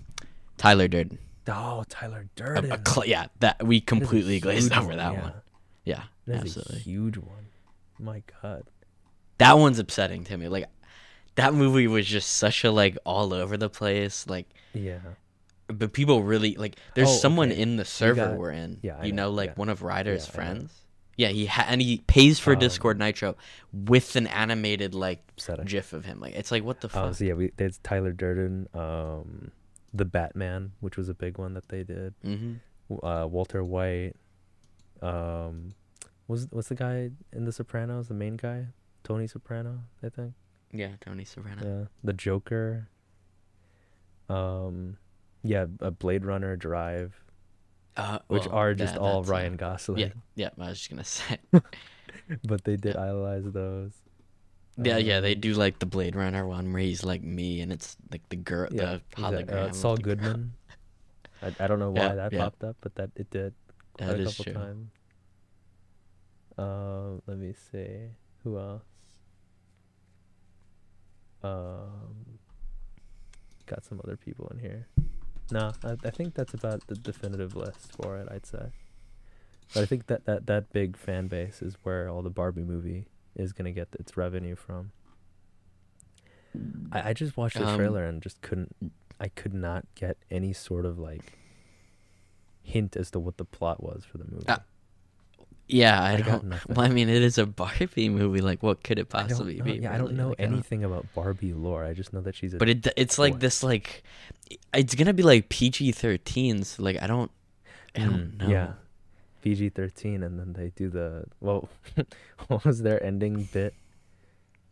Tyler Durden? Oh, Tyler A- a Durden. cl- yeah, that we That is a completely glazed huge over that yeah. one. Yeah, That is absolutely. a huge one. My God. that one's upsetting to me. Like that movie was just such a like all over the place. Like, Yeah. but people really like. There's Oh, someone okay. in the server got- we're in. yeah, I you know, know, like yeah. one of Ryder's Yeah, I know. friends. Yeah, he ha- and he pays for Um, Discord Nitro with an animated like Upsetting. GIF of him. Like it's like what the fuck? Oh, so yeah, we, there's Tyler Durden, um, the Batman, which was a big one that they did. hmm w- uh, Walter White. Um, was what's the guy in The Sopranos? The main guy, Tony Soprano, I think. Yeah, Tony Soprano. Yeah, the Joker. Um, yeah, a Blade Runner, Drive, Uh, which well, are just that- all that's, uh, Ryan Gosling. yeah, yeah. I was just gonna say. but they did idolize those. Um, Yeah, yeah, they do like the Blade Runner one where he's like me, and it's like the girl, Yeah, the Is that, hologram. uh, of Saul the girl. Goodman. I, I don't know why Yeah, that yeah. popped up, but that it did quite That a is couple true. times. Um, let me see who else. Um, got some other people in here. Nah, I, I think that's about the definitive list for it. I'd say, but I think that that that big fan base is where all the Barbie movie is gonna get its revenue from. I, I just watched the Um, trailer and just couldn't. I could not get any sort of like hint as to what the plot was for the movie. Uh, Yeah, I, I got don't. nothing. Well, I mean, it is a Barbie movie. Like, what could it I don't possibly know, be? yeah, I don't really? know Like, anything about Barbie lore. I just know that she's a. But it it's like Boy. this like, it's gonna be like PG thirteen. So like, I don't, I don't Mm, know. Yeah. PG thirteen, and then they do the well. what was their ending bit?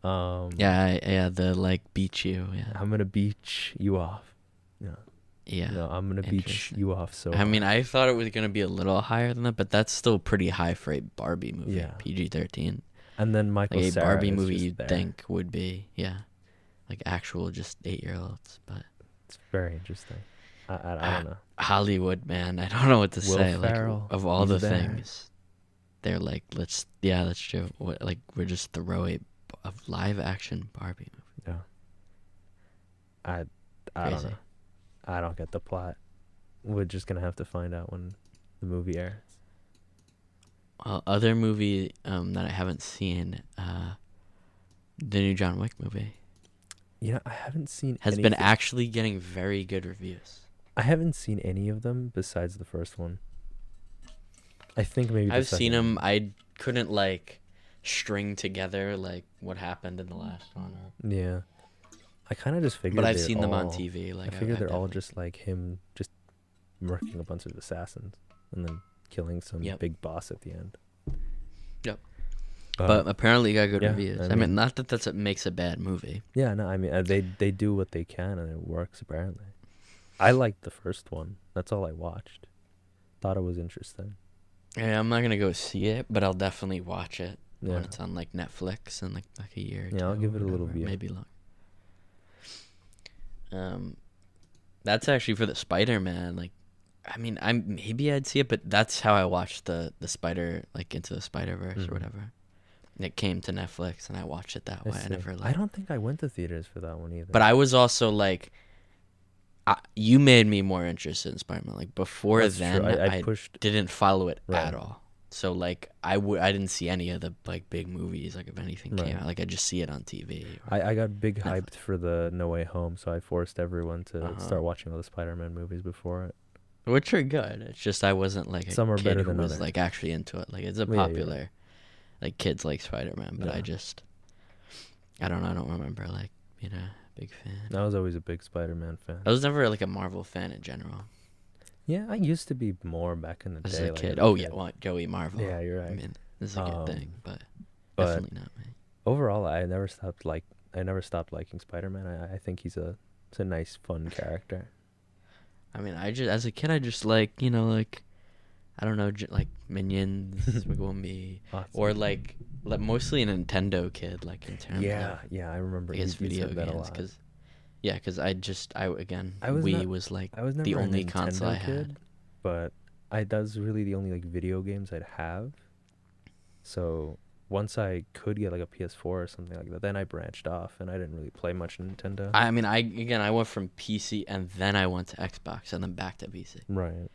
Um, yeah, I- yeah. The like beat you. Yeah, I'm gonna beach you off. No, yeah. no, I'm gonna beach Interesting. you off. So I mean, I thought it was gonna be a little higher than that, but that's still pretty high for a Barbie movie. Yeah. PG thirteen. and then Michael like a Cera Barbie is movie just you'd there. think would be, yeah, like actual just eight year olds. But It's very interesting. I, I, I Ah, don't know. Hollywood, man, I don't know what to Will say. Ferrell, like of all the he's there. things, they're like, let's, yeah, that's true. What, like we're just throw a, a live action Barbie movie. I I don't Crazy. know. I don't get the plot. We're just gonna have to find out when the movie airs. Uh, other movie um, that I haven't seen, uh, the new John Wick movie You know, I haven't seen has any been fi- actually getting very good reviews. I haven't seen any of them besides the first one. I think maybe the I've seen second them. I couldn't like string together like what happened in the last one. Or one. Yeah, I kind of just figured. but I've they're seen them on all- TV. Like I figure they're all definitely- just like him, just murking a bunch of assassins and then killing some Yep. big boss at the end. Uh, Yep. But, But apparently, it got good yeah, reviews. I I mean, mean- not that that's what makes a bad movie. yeah, no, I mean uh, they they do what they can and it works apparently. I liked the first one. That's all I watched. Thought it was interesting. Yeah, I'm not gonna go see it, but I'll definitely watch it Yeah. when it's on like Netflix in like like a year. Or Yeah, I'll two give or it a little whatever, view. maybe longer. Um, that's actually for the Spider Man. Like, I mean, I maybe I'd see it, but that's how I watched the the Spider like Into the Spider Verse Mhm. or whatever. And it came to Netflix, and I watched it that I, way. I see. never like. I don't think I went to theaters for that one either. But I was also like, I, you made me more interested in Spider Man. Like before That's true. then, I, I I, pushed didn't follow it Right. at all. So like I would I didn't see any of the like big movies like if anything Right. came out like I just see it on TV. or- I, I got big Netflix. hyped for the No Way Home, so I forced everyone to Uh-huh. start watching all the Spider-Man movies before it. which are good. It's just I wasn't like a Some are kid better who than was others. like actually into it. Like it's a Yeah, yeah, yeah. popular like kids like Spider Man, but Yeah. I just I don't know. I don't remember like being a big fan. I was always a big Spider-Man fan. I was never like a Marvel fan in general Yeah, I used to be more back in the as day. a like, kid. as Oh yeah, well, Joey Marvel. Yeah, you're I right. mean, this is a good thing, Um, but, but- definitely not me. Overall, I never stopped like I never stopped liking Spider-Man. I, I think he's a it's a nice, fun character. I mean, I just as a kid, I just like you know like, I don't know, j- like Minions, Wigwambi, Lots or of- like, like mostly a Nintendo kid, like in terms yeah, of yeah, I I remember. guess you- you video said that a games, lot. because yeah, because I just I again I was Wii not- was like I was never the a only Nintendo console I had. kid, but I that was really the only like video games I'd have. So once I could get like a PS4 or something like that, then I branched off and I didn't really play much Nintendo. I mean, I again I went from PC and then I went to Xbox and then back to PC. right,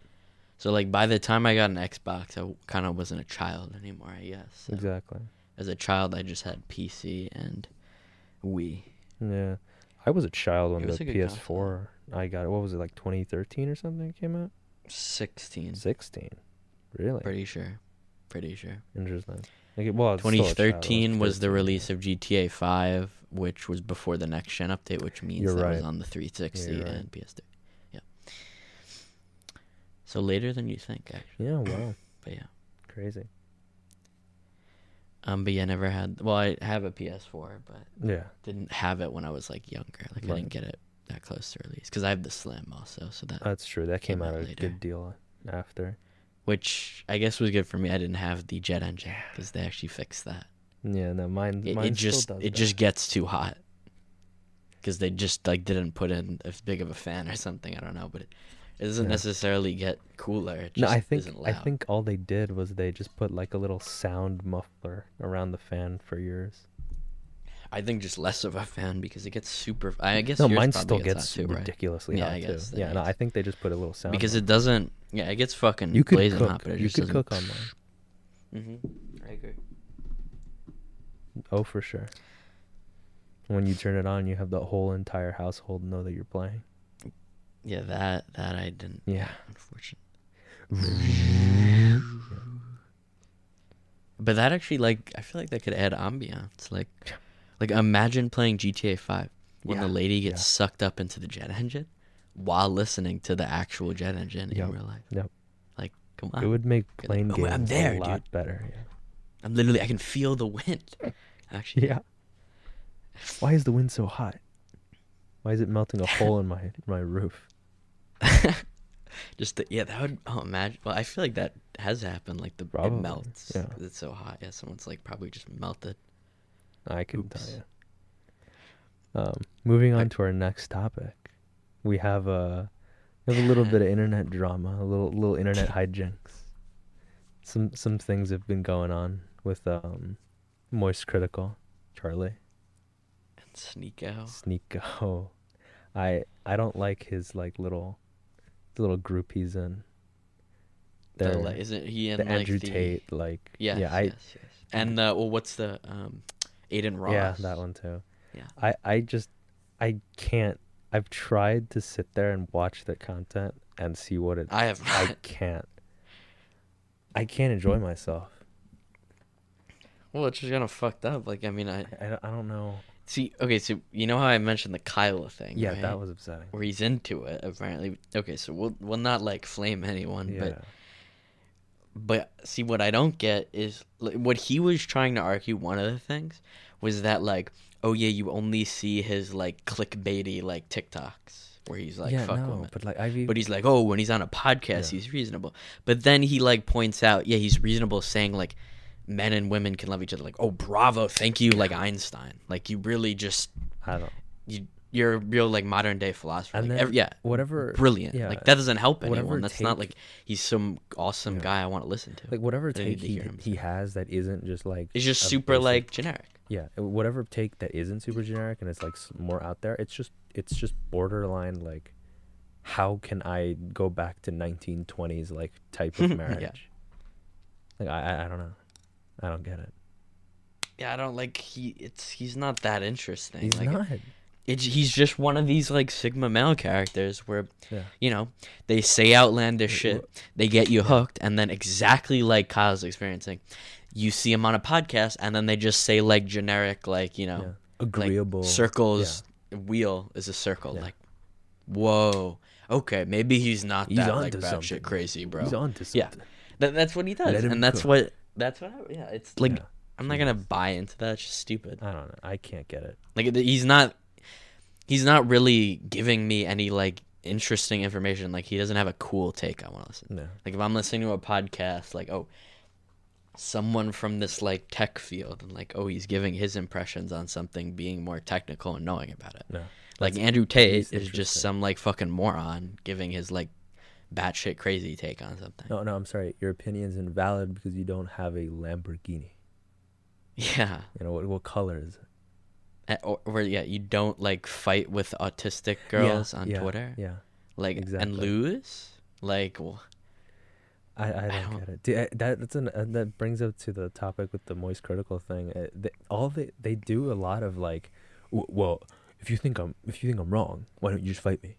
So like by the time I got an Xbox, I kind of wasn't a child anymore. I guess. So, exactly. As a child, I just had PC and Wii. Yeah, I was a child when It was the a good PS4 I got. What was it like 2013 or something? It came out 16 16. Really pretty sure pretty sure interesting. Like, it- well, it's still a child, I was 2013 was the 13, yeah. release of gta 5 which was before the next gen update which means You're that right. was on the 360 Yeah, you're right. and ps3 yeah so later than you think actually Yeah, wow, but yeah crazy. um but yeah never had well i have a ps4 but Yeah, didn't have it when i was like younger like i Right. didn't get it that close to release because i have the slim also so that that's true. That came Came out out a later. good deal after. which i guess was good for me i didn't have the jet engine because they actually fixed that Yeah, no, mine. It, mine it just still it does that. just gets too hot because they just like didn't put in as big of a fan or something. I don't know, but it, it doesn't Yeah. necessarily get cooler. It No, just I think isn't I loud. think all they did was they just put like a little sound muffler around the fan for yours. I think just less of a fan because it gets super. I guess no, yours mine probably still gets hot too, right? ridiculously Yeah, hot I guess too. then Yeah, no, it's- I think they just put a little sound because it doesn't. Yeah, it gets fucking you could blazing cook. hot, but it you just could doesn't. cook on mine. hmm I agree. Oh, for sure. When you turn it on, you have the whole entire household know that you're playing. Yeah, that that I didn't. Yeah. Unfortunately. But that actually, like, I feel like that could add ambiance. Like, like imagine playing GTA Five when the Yeah, lady gets yeah. sucked up into the jet engine while listening to the actual jet engine Yep, in real life. yep. Like, come It on. would make You're like, playing "Oh, games I'm there, a dude." lot better. I'm literally, I can feel the wind. Yeah. Actually, yeah. Why is the wind so hot? Why is it melting a hole in my my roof? just the, yeah, that would. Oh, imagine. Well, I feel like that has happened. Like the Probably, it melts. yeah. It's so hot. Yeah, someone's like probably just melted. I can tell Oops. you. Um, moving I- on to our next topic, we have a we have a little bit of internet drama, a little little internet hijinks. Some some things have been going on with um, Moist Critical, Charlie And sneak out. Sneeko. I I don't like his like little the little group he's in. The, They're- like, isn't he in the like Andrew the? Tate like Yes, yeah I yes, yes. And uh, well, what's the um, Aiden Ross? Yeah, that one too. Yeah. I I just I can't. I've tried to sit there and watch their content and see what it. I, I have not. can't. I can't enjoy myself. well, it's just kind of fucked up. Like, I mean, I I, I don't- I don't know. see. Okay, so you know how I mentioned the Kyla thing? Yeah, right? that was upsetting. where he's into it apparently. Okay, so we'll we'll not like flame anyone, Yeah. but but see what I don't get is like, what he was trying to argue. One of the things was that like, oh yeah, you only see his like clickbaity like TikToks where he's like, yeah, fuck no, women. but like I've even, But he's like, oh, when he's on a podcast, he's reasonable. But then he like points out, yeah, he's reasonable, saying like, men and women can love each other. Like, oh, bravo, thank you, like Einstein. Like, you really just I don't. you you're a real like modern day philosopher. And Like, then ev- yeah, Whatever. brilliant. yeah, Like that doesn't help whatever anyone. That's not take- like he's some awesome Yeah. guy I want to listen to. Like whatever didn't need take to he, hear him he has that isn't just like it's just a super basic- like generic. yeah uh, whatever take that isn't super generic and it's like s- more out there it's just it's just borderline like how can i go back to 1920s like type of Yeah. marriage like I, I i don't know i don't get it Yeah, I don't like he. It's he's not that interesting. he's like, Oh. not it's he's just one of these like sigma male characters where Yeah. you know they say outlandish Wh- shit they get you hooked and then exactly like kyle's experiencing you see him on a podcast and then they just say like generic like you know yeah. like, agreeable circles wheel is a circle Yeah. like whoa okay maybe he's not He's that like onto batshit something. crazy bro he's on to something Yeah. That, that's what he does Let him and that's cook. what that's what I, yeah it's like Yeah. i'm not gonna buy into that it's just stupid i don't know i can't get it like th- he's not he's not really giving me any like interesting information. Like he doesn't have a cool take I want to listen. no Like if I'm listening to a podcast like oh someone from this like tech field and like oh he's giving his impressions on something being more technical and knowing about it. no Like That's- Andrew Tate least is just interesting. some like fucking moron giving his like batshit crazy take on something. no no i'm sorry your opinion's invalid because you don't have a lamborghini Yeah. you know what, what color is it Eh, Or, or yeah, you don't like fight with autistic girls on yeah, Twitter. yeah like Exactly. and lose like wh- I, I, don't don't- get it. Dude, I, that that's an, uh, that brings up to the topic with the moist critical thing. Uh, they, all they they do a lot of like, w- well, if you think I'm if you think I'm wrong, why don't you just fight me,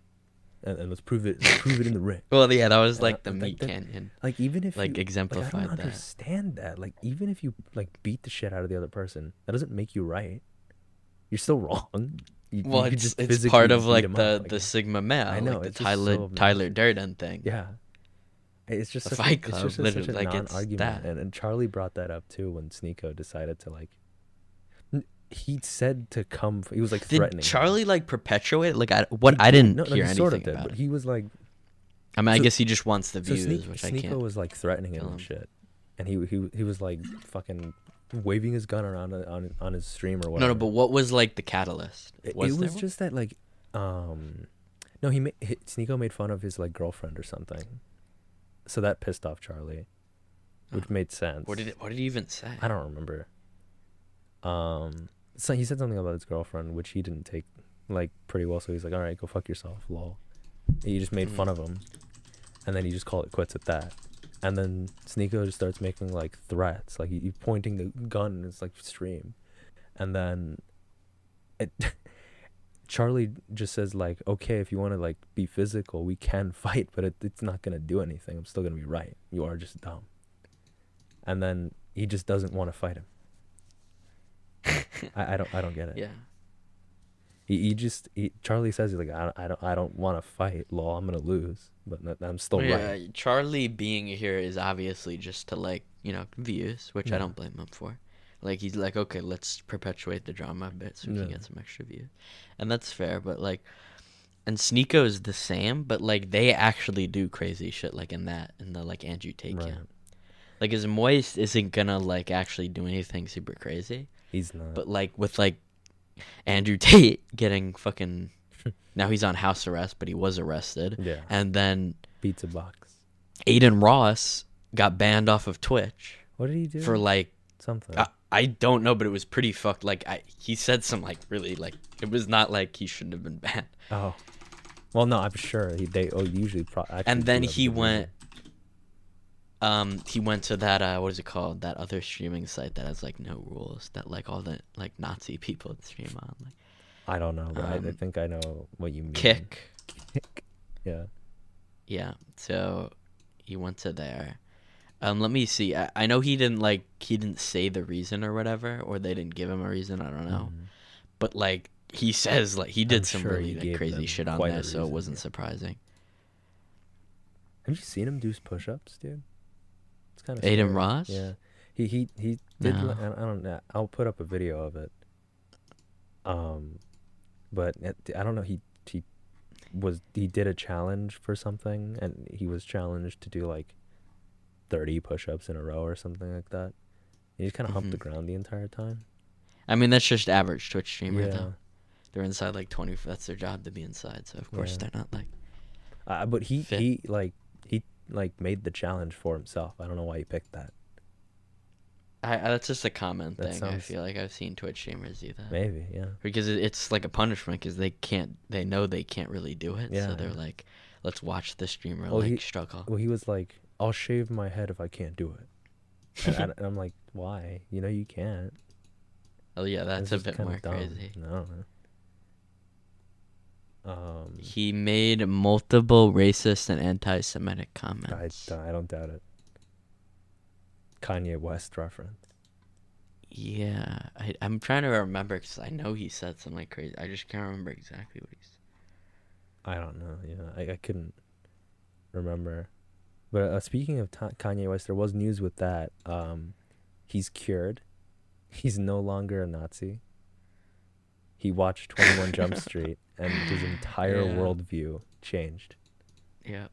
and, and let's prove it let's prove it in the ring. well yeah that was Yeah, like the like meat that- canyon Like even if like you, like I exemplified don't that understand that. Like even if you like beat the shit out of the other person, that doesn't make you right. You're still wrong. You, well could it's, just it's physically part of beat like 'em the up, the sigma male I know, like the it's just tyler so obnoxious. tyler durden thing Yeah. It's just The such Fight a, Club, it's just a- such a literally, like, it's non-argument, that. and, and Charlie brought that up too when Sneeko decided to like. n- He said to come. f- He was like did threatening. him. charlie like perpetuate like i He what i did. didn't No, no, hear he anything sort of did, about but it he was like. i mean i so- guess he just wants the So views Sneak, which i Sneeko can't was like threatening him tell and him. shit, and he he he was like fucking waving his gun around on on, on his stream or No, whatever. no, but what was like the catalyst? it, it Was was there one? just that like, um, no, he made Sneeko made fun of his like girlfriend or something, so that pissed off Charlie, which made sense. Oh. What did it, what did he even say? I don't remember. Um, so he said something about his girlfriend, which he didn't take like pretty well. So he's like, "All right, go fuck yourself, lol." He just made fun of him, and then he just called it quits at that. And then Sneeko just starts making like threats, like he, he pointing the gun in his like stream, and then it. Charlie just says like, "Okay, if you want to like be physical, we can fight, but it, it's not gonna do anything. I'm still gonna be right. You are just dumb." And then he just doesn't want to fight him. I, I don't I don't get it. yeah. He, he just he, Charlie says he's like I, don't- I don't I don't want to fight. Law, I'm gonna lose, but n- I'm still yeah, right. Charlie being here is obviously just to like, you know, views, which Yeah. I don't blame him for. Like he's like, okay, let's perpetuate the drama a bit so we can Yeah. get some extra views, and that's fair. But like, and Sneeko is the same, but like they actually do crazy shit like in that in the like Andrew Tate Right. camp. Like, his moist isn't gonna like actually do anything super crazy, He's not. but like with like Andrew Tate getting fucking now he's on house arrest, but he was arrested, yeah, and then pizza box. Aiden Ross got banned off of Twitch What did he do? for like uh, something. I, I don't know, but it was pretty fucked. Like I, he said some like really like it was not like he shouldn't have been banned. oh, well, no, I'm sure he, they oh usually pro- actually And do then have a he good went, um, he went to that uh, what is it called? That other streaming site that has like no rules that like all the like Nazi people stream on, like reason. I don't know, but I, I um, think I know what you mean. Kick. Yeah. Yeah, so he went to there. Um, let me see. I, I know he didn't like he didn't say the reason or whatever, or they didn't give him a reason. I don't know. Mhm. but like he says like he did I'm some sure really he like, gave them crazy shit on quite a there so it reason, wasn't yeah. surprising Have you seen him do push-ups, dude? It's kind of Aiden Ross Yeah, he he he did. No. li- I I don't know. I'll put up a video of it. Um, but it, I don't know. He he was he did a challenge for something, and he was challenged to do like thirty push-ups in a row or something like that. He just kind of humped the Mhm. ground the entire time. i mean that's just average twitch streamer yeah, though they're inside like 20 that's their job to be inside so of course Yeah. they're not like uh, but he Fit. he like he like made the challenge for himself. I don't know why he picked that. I, I that's just a common That thing i sounds- feel like i've seen twitch streamers do that Maybe yeah. because it, it's like a punishment because they can't they know they can't really do it Yeah, so they're yeah. like let's watch the streamer Well, like he- struggle Well, he was like, "I'll shave my head if I can't do it." And, I, and I'm like, "Why? You know you can't." oh yeah that's It's a just bit kinda more dumb. crazy I don't know. Um, he made multiple racist and anti-semitic I, comments I don't doubt it. Kanye West reference. Yeah, I, I'm trying to remember because I know he said something like crazy. I just can't remember exactly what he said. I don't know. Yeah, I, I couldn't remember. But uh, speaking of Ta- Kanye West, there was news with that. Um, he's cured. He's no longer a Nazi. He watched Twenty One Jump Street, and his entire Yeah. worldview changed. Yeah,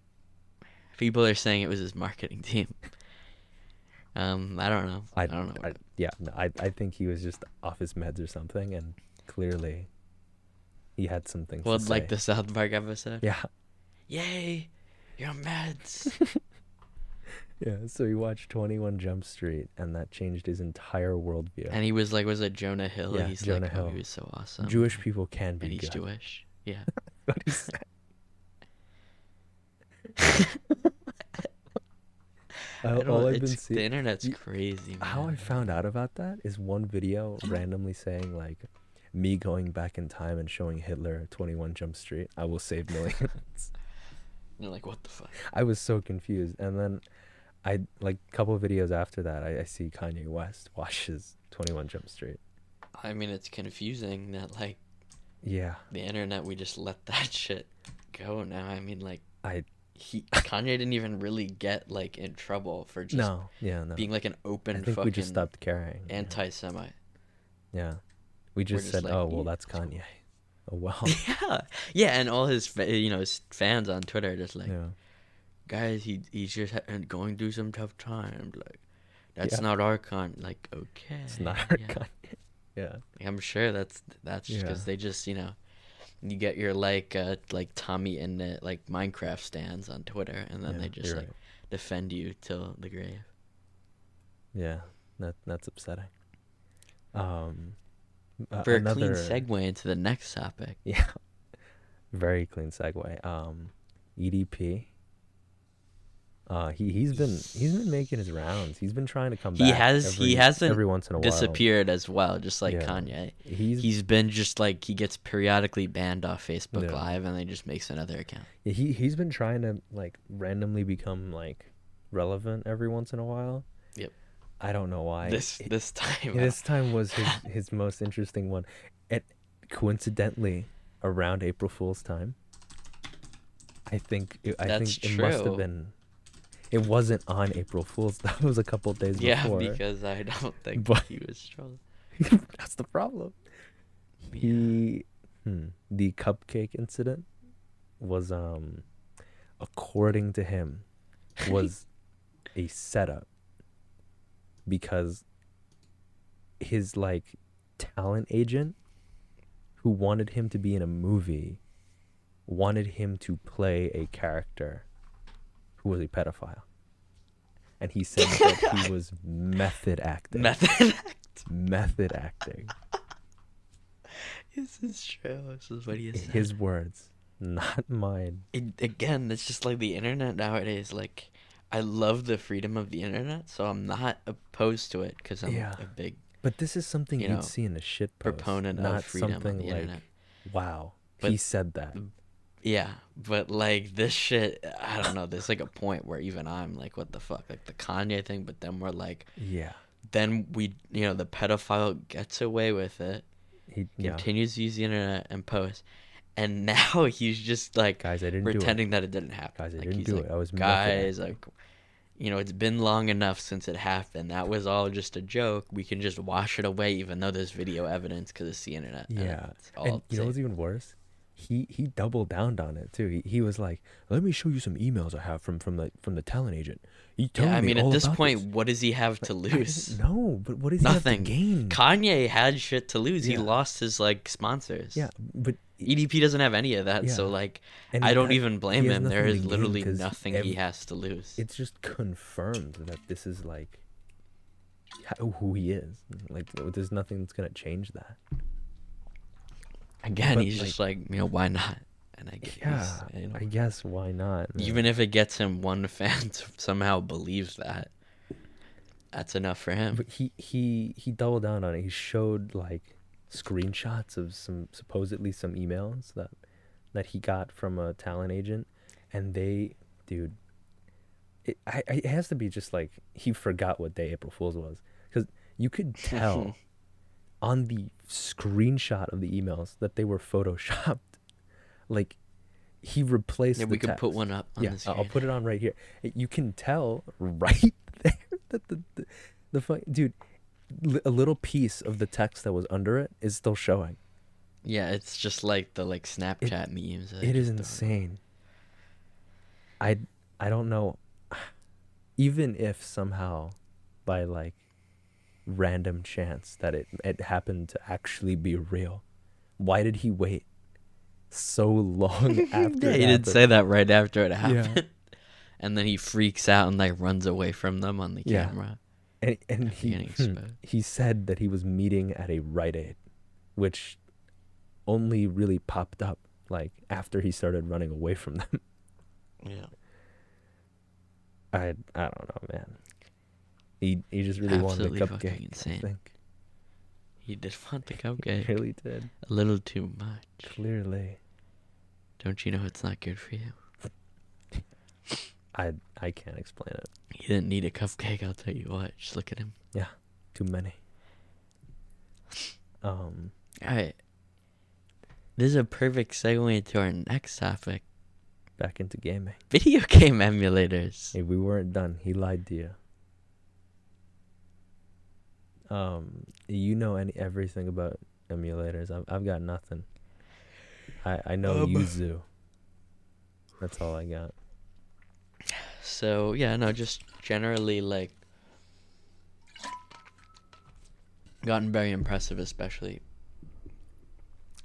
people are saying it was his marketing team. Um, I don't know. I, don't know. I, what- yeah, no, I I think he was just off his meds or something, and clearly, he had some things. well, to like say. the South Park episode. Yeah, Yay, you're on meds. yeah. So he watched Twenty One Jump Street, and that changed his entire worldview. And he was like, was it Jonah Hill? Yeah, he's Jonah like, Oh, Hill. he was so awesome. Jewish people can be and he's good. Jewish. Yeah. What he said. I Uh, don't all know, I've been it's- seeing. the internet's you- crazy. Man. How I found out about that is one video Mm-hmm. randomly saying like me going back in time and showing Hitler 21 Jump Street. I will save millions. You're like, what the fuck? I was so confused. And then I like a couple of videos after that I, I see Kanye West watches 21 Jump Street. I mean, it's confusing that like Yeah. the internet we just let that shit go now i mean like I- he kanye didn't even really get like in trouble for just no. Yeah, no. being like an I open think fucking we just stopped caring. yeah. anti-semite Yeah. We just just said, like, "Oh, "Yeah, well that's it's cool." Kanye." Oh, well. yeah yeah and all his fa- you know his fans on twitter are just like yeah. guys he he's just ha- going through some tough times like That's Yeah. not our con. Like, okay, It's not our yeah. content. Yeah. I'm sure that's that's just because Yeah. they just you know, you get your like uh like Tommy and uh, like Minecraft stands on Twitter, and then yeah, they just you're like right. defend you till the grave. Yeah. That that's upsetting. Um a- For a clean another- segue into the next topic, Yeah. Very clean segue. Um EDP. Uh he he's been he's been making his rounds. He's been trying to come He back. has- he every- hasn't every once in a while. disappeared as well, just like Yeah. Kanye. He's He's been just like he gets periodically banned off Facebook Yeah. Live, and then he just makes another account. Yeah, he he's been trying to like randomly become like relevant every once in a while. Yep. I don't know why. this It- this time, yeah, this time was his his most interesting one. It coincidentally around April Fool's time. I think it, I That's think it must true. have been. It wasn't on April Fool's. That was a couple days yeah, before. because I don't think But- he was trolling. That's the problem. Yeah. He hmm, the cupcake incident was um according to him was a setup because his like talent agent who wanted him to be in a movie wanted him to play a character who was a pedophile. And he said that he was method acting. Method act. method acting. This is true. This is what he is. His words, not mine. it, again, it's just like the internet nowadays. Like, I love the freedom of the internet, so I'm not opposed to it because I'm Yeah. a big But this is something You you would know, see in a shit post, proponent not of freedom something on the like, internet. "Wow, he But- said that." Yeah, but like this shit, I don't know. There's like a point where even I'm like, what the fuck, like the Kanye thing. But then we're like, Yeah, then we, you know, the pedophile gets away with it, he. Yeah, continues to use the internet and posts, and now he's just like guys, I didn't pretending that it didn't happen. Guys, I like, didn't he's do like, it. I was method guys, like, you know, it's been long enough since it happened. That was all just a joke. We can just wash it away, even though there's video evidence because it's the internet. do and it. Yeah, uh, it's all and you know safe. what's even worse? He he doubled down on it too. He, he was like, "Let me show you some emails I have from from the from the talent agent." You tell yeah, I me mean, at all this about point, what does he have to I didn't lose? know, but what is Nothing. He have to gain? Kanye had shit to lose. Yeah. He lost his like sponsors. yeah, but EDP doesn't have any of that, so Yeah. like and I don't that- even blame he has him. There nothing to is gain literally 'cause nothing ev- he has to lose. it's just confirmed that this is like how, who he is. Like, there's nothing that's gonna change that. Again, but, he's just like, you know, why not? And I guess you know, I guess why not? man? even if it gets him one fan to somehow believes that, that's enough for him. but he he he doubled down on it. He showed like screenshots of some supposedly some emails that that he got from a talent agent, and they, dude, it I, I- it has to be just like he forgot what day April Fool's was because you could tell on the screenshot of the emails that they were photoshopped. Like he replaced. Yeah, we the could put text one up on yeah, the I- I'll screen. put it on right here. It- You can tell right there that the the, the fu- dude, li- a little piece of the text that was under it is still showing. Yeah, it's just like the like Snapchat memes. that it is just throw insane. I I don't know. Even if somehow, by like random chance that it it happened to actually be real, why did he wait so long after? Yeah, he it did happened? say that right after it happened. And then he freaks out and like runs away from them on the Yeah. camera. and and he hmm, getting exposed. he said that he was meeting at a Rite Aid, which only really popped up like after he started running away from them. Yeah. I I don't know, man. He he just really Absolutely wanted the fucking cupcake. I insane. think He did want the he cupcake really did. a little too much. Clearly, Don't you know it's not good for you? I I can't explain it. He didn't need a cupcake, I'll tell you what. Just look at him. Too many. Um. All right. This is a perfect segue into our next topic Back into gaming. video game emulators. Hey, we weren't done. He lied to you. Um, you know any everything about emulators. I've I've got nothing. I I know Um, Yuzu. That's all I got. So, yeah, no, just generally like gotten very impressive, especially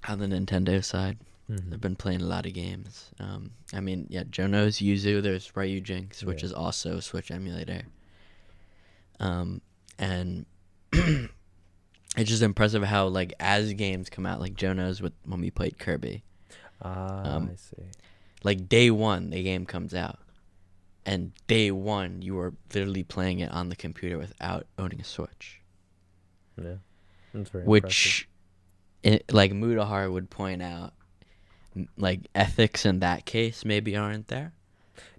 on the Nintendo side. Mhm. I've been playing a lot of games. Um, I mean, yeah, Joe knows Yuzu. There's Ryu Jinx, which Yeah. is also a Switch emulator. Um, and it's just impressive how like as games come out, like Joe knows with when we played Kirby, Ah, Um, I see. like day one the game comes out, and day one you are literally playing it on the computer without owning a Switch, Yeah, that's very impressive. which, it, like Mudahar would point out, m- like ethics in that case maybe aren't there.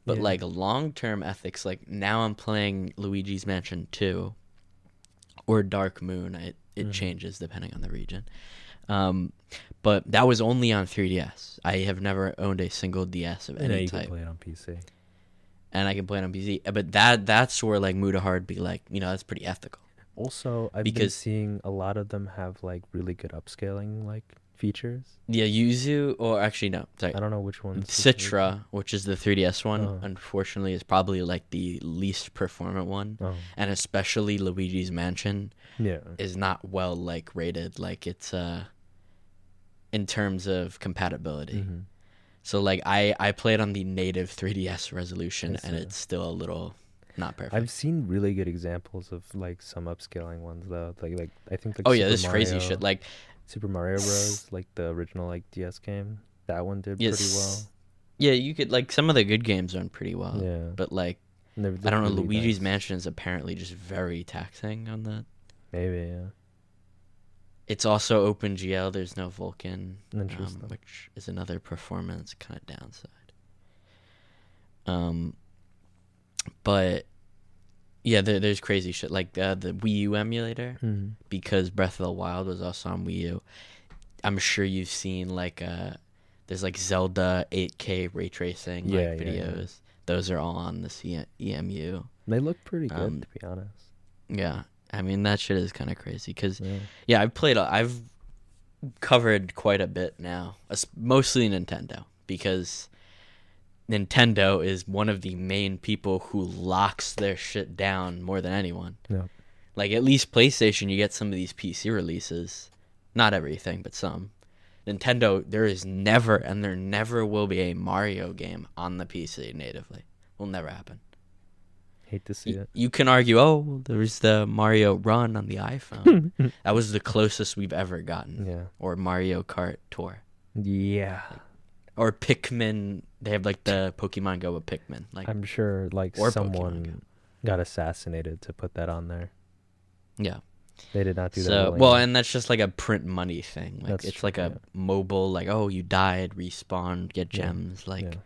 But Yeah. like long term ethics, like now I'm playing Luigi's Mansion 2 or Dark Moon. It it Mhm. changes depending on the region. Um, but that was only on 3DS. I have never owned a single DS of yeah, any you type, can play it on PC. and I can play it on PC. Uh, But that that's where like Mudahar would be like, you know, that's pretty ethical. Also, I've been Because- seeing a lot of them have like really good upscaling like features. Yeah, Yuzu or actually no, sorry, I don't know which ones. specifically. Citra, which is the 3DS one. Oh. Unfortunately, is probably like the least performant one, Oh, and especially Luigi's Mansion. yeah. is not well like rated like it's uh in terms of compatibility Mhm. so like i i played on the native 3ds resolution I and see. it's still a little not perfect I've seen really good examples of like some upscaling ones though. Like like I think like oh yeah Super this crazy Mario- shit like Super Mario Bros. like the original like DS game. That one did yes yeah you could like some of the good games run pretty well pretty well. yeah. but like And they're- i they're don't know really luigi's nice. mansion is apparently just very taxing on the Maybe yeah. it's also open gl there's no vulcan um, Interesting. which is another performance kind of downside. Um, but yeah, there, there's crazy shit like uh, the Wii U emulator Mhm. because Breath of the Wild was also on Wii U. I'm sure you've seen like uh, there's like Zelda 8K ray tracing like, Yeah, yeah, yeah. videos. Those are all on the C- E EMU. They look pretty good um, to be honest. Yeah, I mean that shit is kind of crazy because Yeah. yeah, I've played. A, I've covered quite a bit now, es- mostly Nintendo because Nintendo is one of the main people who locks their shit down more than anyone. Yeah. Like at least PlayStation, you get some of these PC releases, not everything, but some. Nintendo, there is never and there never will be a Mario game on the PC natively. Will never happen. Hate to see Y- it. You can argue, oh, there was the Mario Run on the iPhone. that was the closest we've ever gotten. Hmm. Yeah. Or Mario Kart Tour. Yeah. Or Pikmin. They have like the Pokemon Go with Pikmin. Like, I'm sure like Or Pokemon Go. someone got assassinated to put that on there. yeah. They did not do that. So, willingly. well, and that's just like a print money thing. Like, That's it's true, like a yeah. mobile, like, oh, you died, respawn, get Yeah, gems. Like, yeah.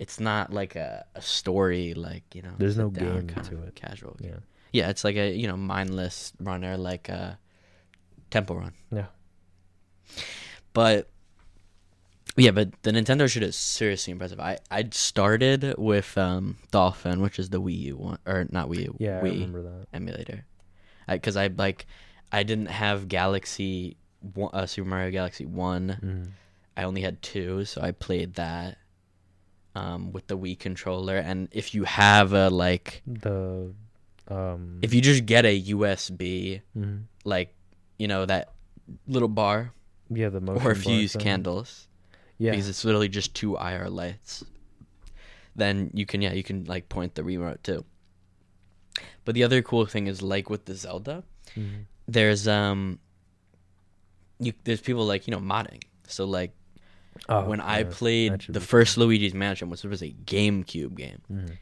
it's not like a, a story, like, you know, There's sit no down game kind of to it. Casual. game. yeah. Yeah, it's like a you know mindless runner like a temple run. Yeah. But yeah, but the Nintendo shit is seriously impressive. I I started with um Dolphin, which is the Wii U one or not Wii U, Yeah, I Wii remember that. emulator. I cuz I like I didn't have Galaxy one, uh, Super Mario Galaxy 1. Mm. I only had two, so I played that um with the Wii controller and if you have a like The um if you just get a USB mhm. like you know that little bar yeah, the motion or if you blur use thing. candles Yeah. because it's literally just two IR lights then you can yeah you can like point the remote too but the other cool thing is like with the Zelda Mhm. there's um you there's people like you know modding so like Oh, when I yeah. played that should the be fun. first Luigi's Mansion which was a GameCube game Mhm.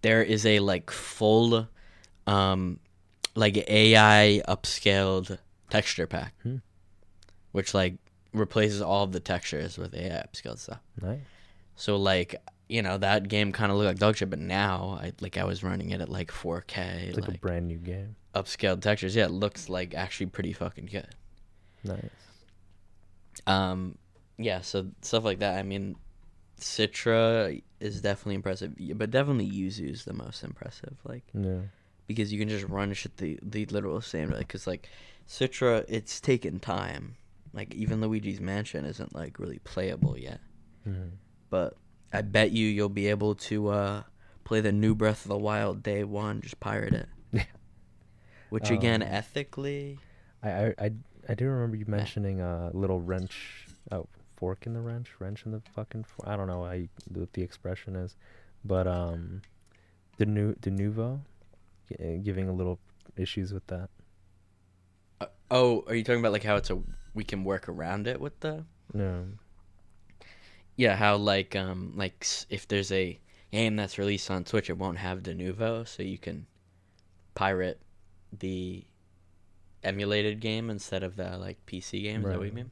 there is a like full um like AI upscaled texture pack Hmm. which like replaces all of the textures with AI upscaled stuff. Nice. So like you know that game kind of looked like dog shit, but now I like I was running it at like 4K, It's like, like, a brand new game. upscaled textures. Yeah, it looks like actually pretty fucking good. Nice. Um, yeah, so stuff like that. I mean, Citra is definitely impressive, but definitely Yuzu's the most impressive. Like Yeah. because you can just run shit the the literal same like because like Citra it's taken time like even Luigi's Mansion isn't like really playable yet Mhm. but I bet you you'll be able to uh play the new Breath of the Wild day one just pirate it Yeah. which again Um, ethically I I I, I do remember you mentioning a little wrench, oh, fork in the wrench, wrench in the fucking. For- I don't know how you, what the expression is, but um, the new the nouveau, g- eh, giving a little issues with that. Uh, oh, are you talking about like how it's a we can work around it with the No, yeah how like um like s- if there's a game that's released on Switch it won't have the nouveau so you can pirate the emulated game instead of the like PC game. Is that what you Right. mean?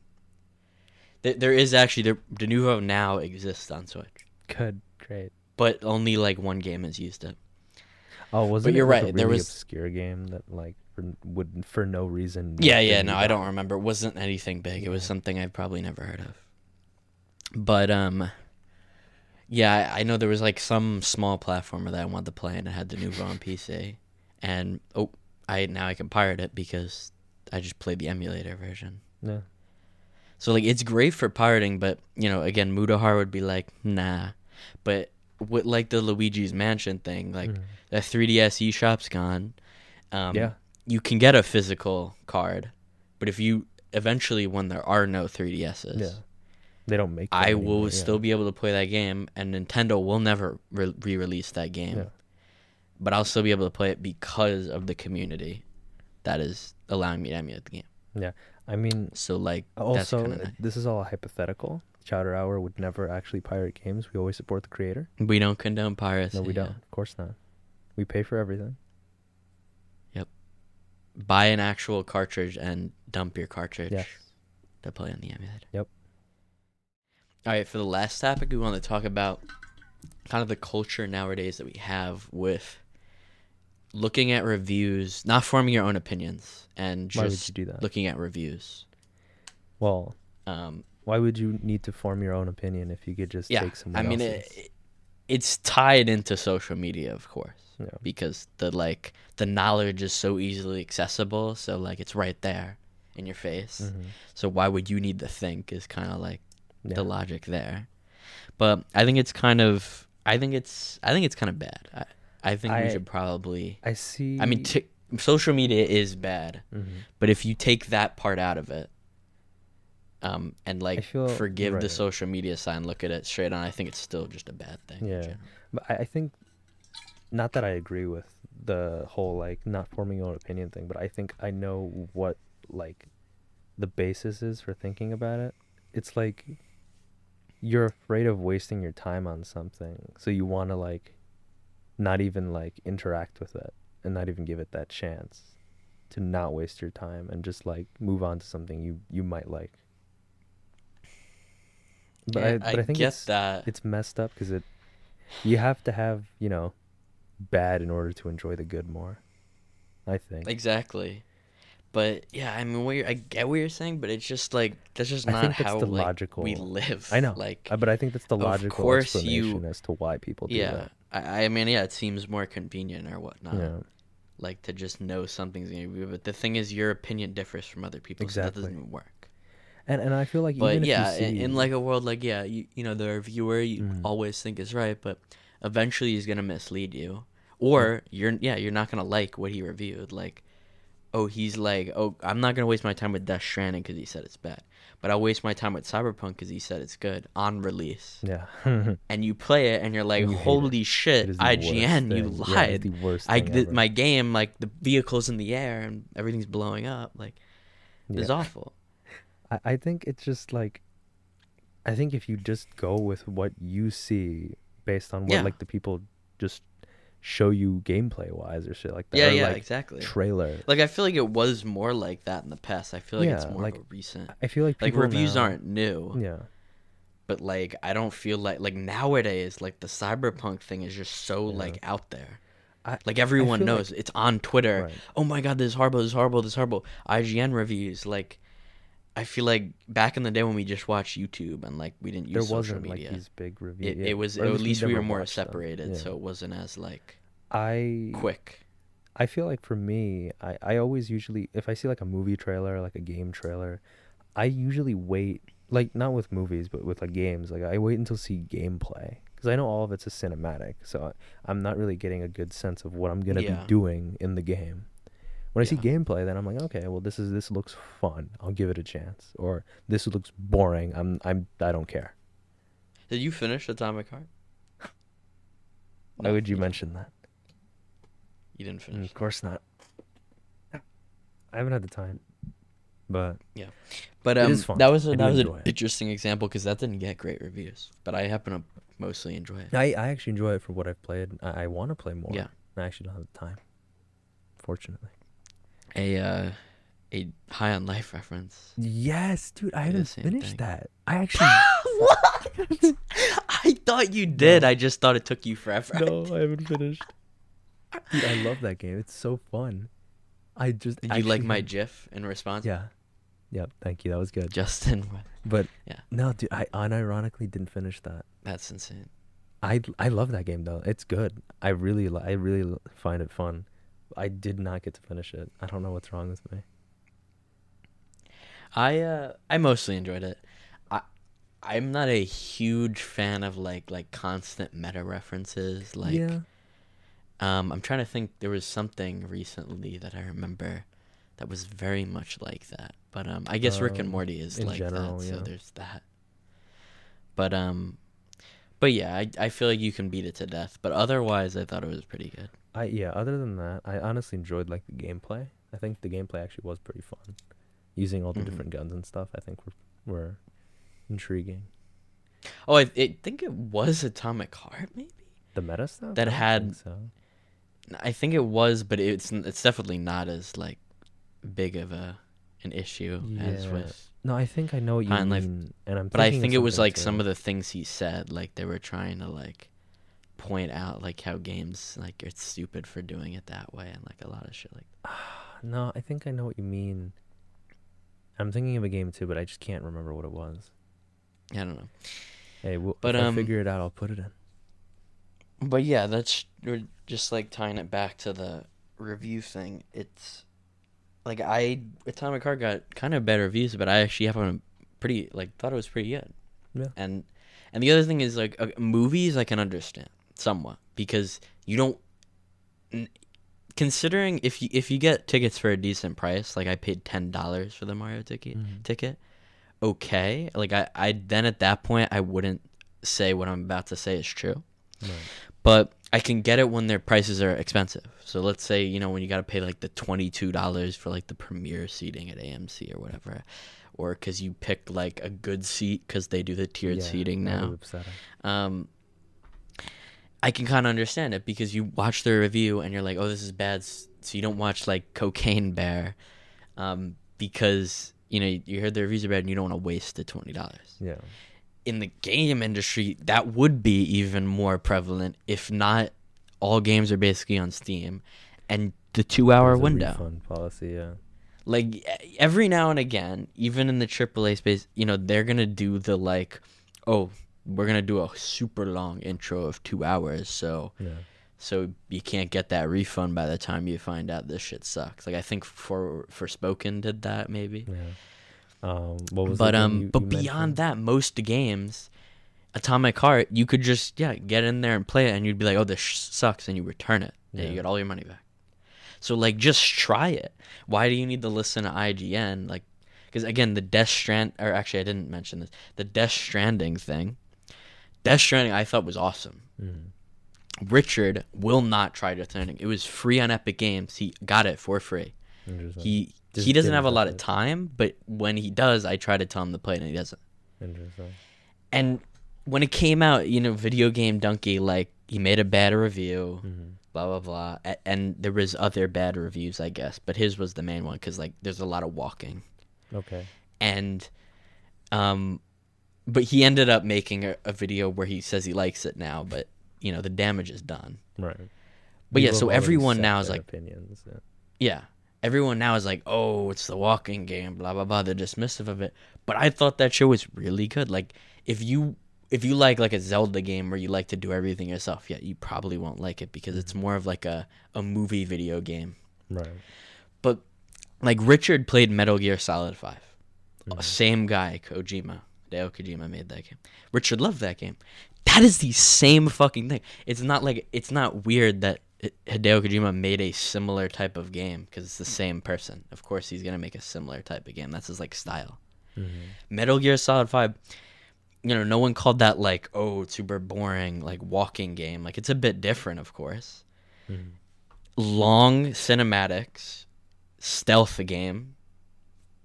There, there is actually the the nouveau now exists on Switch, good, great. but only like one game has used it. Oh, wasn't you're it like right, A there really was- obscure game that like for, would for no reason. Yeah, needed yeah, to no, be I done? don't remember. It wasn't anything big. It was Yeah. something I've probably never heard of. But um yeah, I, I know there was like some small platformer that I wanted to play and it had the Nouveau on PC. And oh, I now I can pirate it because I just played the emulator version. No. So like it's great for pirating, but you know, again, Mudahar would be like, "Nah." But with like the Luigi's Mansion thing, like Mm. the 3DS eShop's gone. Um, yeah. you can get a physical card, but if you eventually when there are no 3DSs, Yeah. They don't make. I them will anymore, yeah. still be able to play that game, and Nintendo will never re- re-release that game. Yeah. But I'll still be able to play it because of the community that is allowing me to emulate the game. I mean, So like that's also, kind of nice. this is all hypothetical. Chowder Hour would never actually pirate games. We always support the creator. we don't condone piracy. No, we yeah. don't. Of course not. We pay for everything. Buy an actual cartridge and dump your cartridge Yes. to play on the emulator. Yep. All right, for the last topic, we want to talk about kind of the culture nowadays that we have with looking at reviews, not forming your own opinions, and Why would you just do that? looking at reviews. Well, Um, why would you need to form your own opinion if you could just yeah, take someone I mean, else's? it, it's tied into social media, of course, Yeah. because the like the knowledge is so easily accessible. So like it's right there in your face. Mhm. So why would you need to think? Is kind of like Yeah. the logic there. But I think it's kind of I think it's I think it's kind of bad. I, I think we I- should probably I see. I mean t- social media is bad, Mhm. but if you take that part out of it um and like feel- forgive the right. social media sign, look at it straight on, I think it's still just a bad thing. in Yeah. general. But I, I think, not that I agree with the whole like not forming your own opinion thing, but I think I know what like the basis is for thinking about it. It's like you're afraid of wasting your time on something, so you want to like not even like interact with it and not even give it that chance to not waste your time and just like move on to something you you might like. But, I, Yeah, but I, think get it's, that. it's messed up because it you have to have you know bad in order to enjoy the good more i think Exactly. But yeah, I mean, what you're, I get what you're saying, but it's just like that's just I not think that's how the like, we logical- live. I know. Like Uh, but i think that's the Of logical course you- explanation as to why people do yeah that I, I mean yeah it seems more convenient or whatnot yeah like to just know something's gonna be but the thing is your opinion differs from other people's so that Exactly. doesn't even work and and i feel like but even yeah if you in, see, in like a world like yeah you, you know the reviewer you Mm. always think is right but eventually he's gonna mislead you Mm. or you're yeah you're not gonna like what he reviewed like oh he's like oh i'm not gonna waste my time with death stranding because he said it's bad but i'll waste my time with cyberpunk because he said it's good on release yeah and you play it and you're like And you hate it. holy shit It is the worst ign you thing. lied yeah, it's the worst I thing th- ever. my game like the vehicles in the air and everything's blowing up like it's Yeah. awful. I, I think it's just like I think if you just go with what you see based on what Yeah. like the people just show you gameplay wise or shit like that. yeah, or, yeah, like, exactly. Trailer. like I feel like it was more like that in the past. I feel like it's Yeah, more like, of a recent. I feel like Like people Mm. reviews now- aren't new, Yeah. but like I don't feel like like nowadays like the cyberpunk thing is just so Yeah. like out there. I- like everyone feel like- knows it's on Twitter. Right. Oh my god, this is horrible. This is horrible. This is horrible. IGN reviews like. I feel like back in the day when we just watched YouTube and like we didn't use There social wasn't media, like these big reviews. it, it was at least we were more separated, yeah. so it wasn't as like I quick. I feel like for me, I, I always usually if I see like a movie trailer, like a game trailer, I usually wait like not with movies, but with like games. Like I wait until see gameplay because I know all of it's a cinematic, so I, I'm not really getting a good sense of what I'm gonna Yeah. be doing in the game. When I see Yeah. gameplay, then I'm like, okay, well, this is this looks fun. I'll give it a chance. Or this looks boring. I'm I'm I don't care. Did you finish Atomic Heart? Why would you mention that? You didn't Mm, finish. Of course not. I haven't had the time, but But It um, is fun. that was a, I do that was an enjoy it. interesting example because that didn't get great reviews. But I happen to mostly enjoy it. I, I actually enjoy it for what I've played. I, I want to play more. Yeah. I actually don't have the time, fortunately. A uh, a high on life reference. Yes, dude, Do I the haven't same finished thing. that. I actually what? I thought you did. I just thought it took you forever. no, I haven't finished. Dude, I love that game. It's so fun. I just Did you like actually my haven't- GIF in response? yeah, yep. Thank you. That was good. Justin, what- But Yeah. no, dude, I unironically didn't finish that. that's insane. I I love that game though. It's good. I really li- I really l- find it fun. I did not get to finish it. I don't know what's wrong with me. I uh, I mostly enjoyed it. I I'm not a huge fan of like like constant meta references. Like yeah, um, I'm trying to think. There was something recently that I remember that was very much like that. But um, I guess Rick and Um, Morty is in like general, that. So yeah. there's that. But um, but yeah, I I feel like you can beat it to death. But otherwise, I thought it was pretty good. I yeah. Other than that, I honestly enjoyed like the gameplay. I think the gameplay actually was pretty fun. Using all the Mhm. different guns and stuff, I think were were intriguing. Oh, I, I think it was Atomic Heart, maybe. The meta stuff That I don't think had- so. I think it was, but it's n- it's definitely not as like big of a an issue as Yeah. with. No, I think I know what you High mean, and Life- and I'm. But I think it was like some of the things he said, like they were trying to like point out like how games like it's stupid for doing it that way and like a lot of shit like No, I think I know what you mean. I'm thinking of a game too, but I just can't remember what it was. I don't know. Hey, we'll, But, if um, I figure it out, I'll put it in. But yeah, that's we're just like tying it back to the review thing. It's like I Atomic Heart got kind of bad reviews, but I actually have a pretty like thought it was pretty good. Yeah. And and the other thing is like uh, movies I can understand somewhat because you don't n- considering if you if you get tickets for a decent price, like I paid ten dollars for the Mario ticket Mhm. ticket. Okay, like I I then at that point I wouldn't say what I'm about to say is true Right. but I can get it when their prices are expensive. So let's say you know when you got to pay like the twenty two dollars for like the premiere seating at AMC or whatever, or because you picked like a good seat because they do the tiered Yeah, seating that was now. upsetting. Um, I can kind of understand it because you watch the review and you're like, oh, this is bad. s- So you don't watch like Cocaine Bear, um, because you know you heard the reviews are bad and you don't want to waste the twenty dollars Yeah. in the game industry, that would be even more prevalent. If not, all games are basically on Steam, and the two-hour There's a window. Refund policy. Yeah. Like e- every now and again, even in the AAA space, you know they're gonna do the like, oh, we're gonna do a super long intro of two hours, so Yeah. so you can't get that refund by the time you find out this shit sucks. Like I think for for Spoken did that maybe Yeah. Um. What was? the but game um you- but you beyond mentioned? that most games atomic heart you could just yeah get in there and play it and you'd be like oh this sh- sucks and you return it and you Yeah. get all your money back so like just try it why do you need to listen to ign like because again the death strand or actually i didn't mention this the death stranding thing death stranding i thought was awesome Mhm. richard will not try death stranding it was free on epic games he got it for free Interesting. he Just he doesn't didn't have a touch lot of it. time but when he does i try to tell him to play it and he doesn't Interesting. and when it came out, you know, video game donkey like he made a bad review, Mhm. blah blah blah, a- and there was other bad reviews, I guess, but his was the main one because like there's a lot of walking, Okay. and um, but he ended up making a, a video where he says he likes it now, but you know the damage is done. Right. But yeah, People so have already everyone set now is their like- opinions. Yeah. Yeah. Everyone now is like, oh, it's the walking game, blah blah blah. They're dismissive of it. But I thought that show was really good. Like if you if you like like a Zelda game where you like to do everything yourself, yeah, you probably won't like it because it's more of like a, a movie video game. Right. But like Richard played Metal Gear Solid 5 Same guy, Kojima. Deo Kojima made that game. Richard loved that game. That is the same fucking thing. It's not like it's not weird that H- Hideo Kojima made a similar type of game because it's the same person. Of course, he's gonna make a similar type of game. That's his like style. Mm-hmm. Metal Gear Solid Five. You know, no one called that like, oh, it's super boring, like walking game. Like it's a bit different, of course. Mhm. Long cinematics, stealth game.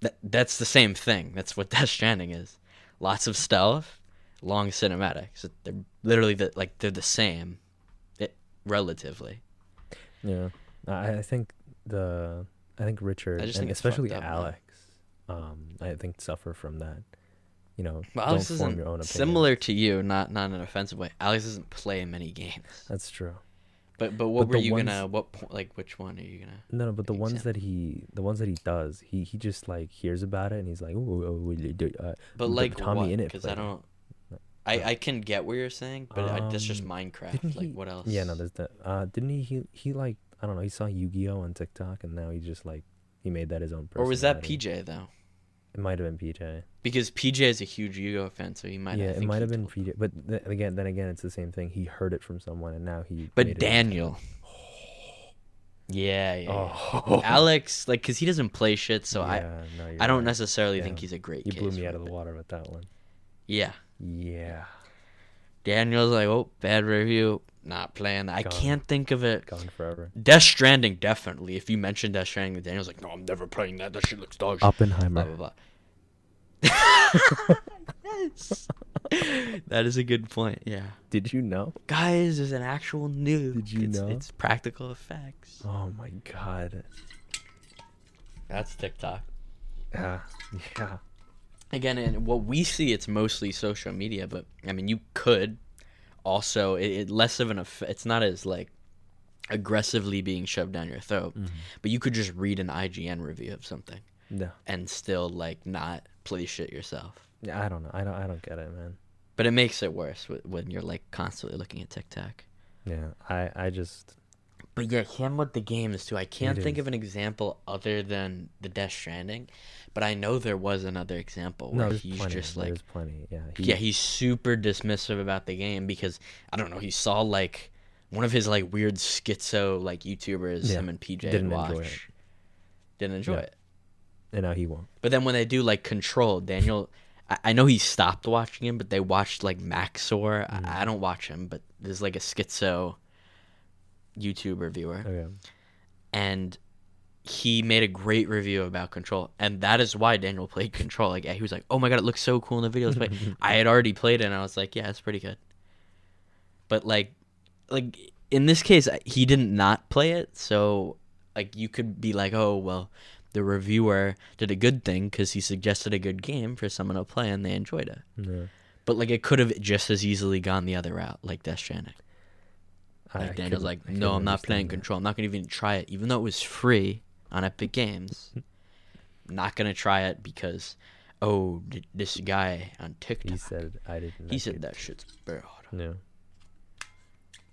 That that's the same thing. That's what Death Stranding is. Lots of stealth, long cinematics. They're literally the, like they're the same, it, relatively. Yeah, I, I think the I think Richard I just and think it's fucked especially up, man. Alex, um, I think suffer from that. You know, But Alex don't form your own isn't opinion. similar to you, not not in an offensive way. Alex doesn't play many games. That's true. But but what But were the you ones- gonna? What point? Like which one are you gonna? No, no, but the Makes ones sense. that he, the ones that he does, he he just like hears about it and he's like, oh, oh, oh, you do- uh, But But like Tommy what? Innit Because I played it. don't. I, I can get what you're saying, but I, that's just Um, Minecraft. didn't Like he- what else? yeah, no, there's that. Uh, didn't he, he? He like, I don't know. He saw Yu-Gi-Oh on TikTok and now he just like he made that his own. or was that personality. PJ though? It might have been PJ. Because PJ is a huge Yu-Gi-Oh fan, so he might. I yeah, it think might he have been told- PJ. But th- again, then again, it's the same thing. He heard it from someone and now he. made But it his- Daniel. Yeah, yeah. yeah. Oh. Alex, like, cause he doesn't play shit, so Yeah, no, I you're I don't right. necessarily think Yeah. he's a great. You blew case me out with of the it. water with that one. Yeah. Yeah. Daniel's like, oh, bad review. Not playing that. I Gone. can't think of it. Gone forever. Death Stranding, definitely. If you mentioned Death Stranding, Daniel's like, no, I'm never playing that. That shit looks dog shit. Blah, Oppenheimer. blah, blah. yes. that is a good point. Yeah. Did you know? Guys, there's an actual nuke. Did you it's, know? It's practical effects. Oh my god. That's TikTok. Yeah. Ah, Yeah. Again, and what we see, it's mostly social media, but I mean, you could also, it, it less of an, eff- it's not as like aggressively being shoved down your throat, Mm-hmm. but you could just read an IGN review of something No. and still like not play shit yourself. Yeah, I don't know. I don't. I don't get it, man. But it makes it worse wh- when you're like constantly looking at TikTok. Yeah. I. I just. But yeah, him with the games too. I can't It think is. of an example other than the Death Stranding, but I know there was another example where no. There's he's plenty. just like, there's plenty. Yeah. yeah, he's super dismissive about the game because I don't know. He saw like one of his like weird schizo like YouTubers, Yeah. him and PJ Didn't would watch, enjoy it. didn't enjoy Yeah. it. and now he won't. But then when they do like Control, Daniel, I, I know he stopped watching him, but they watched like Maxor. I, I don't watch him, but there's like a schizo YouTuber viewer, Okay. and he made a great review about Control, and that is why Daniel played Control. Like he was like, "Oh my god, it looks so cool in the video." Let's play." I had already played it, and I was like, "Yeah, it's pretty good." But like, like in this case, I- he didn't not play it, so like you could be like, "Oh well." The reviewer did a good thing because he suggested a good game for someone to play and they enjoyed it. Yeah. But like it could have just as easily gone the other route, like Death Stranding. I- I Like Daniel's couldn't- like, I no, couldn't I'm not playing understand Control. I'm not gonna even try it, even though it was free on Epic Games. not gonna try it because, oh, th- this guy on that. TikTok, He said I didn't. he like said it." that shit's bad. No.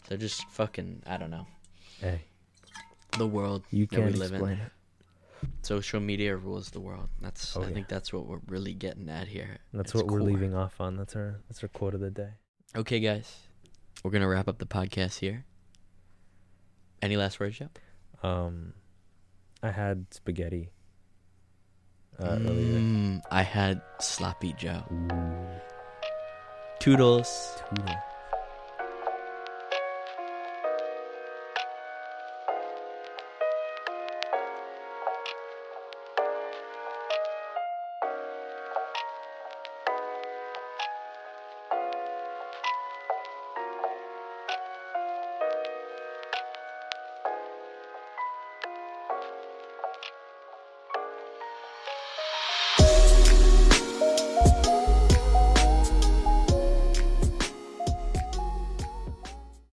So just fucking, I don't know. Hey, The world you that we can't live explain in, it. social media rules the world. That's, Oh, I yeah. think that's what we're really getting at here. That's It's what we're core. leaving off on. That's our. That's our quote of the day. Okay, guys, we're gonna wrap up the podcast here. Any last words, Joe? Um, I had spaghetti. Uh, earlier. Mm, I had sloppy Joe. Ooh, Toodles. tuna.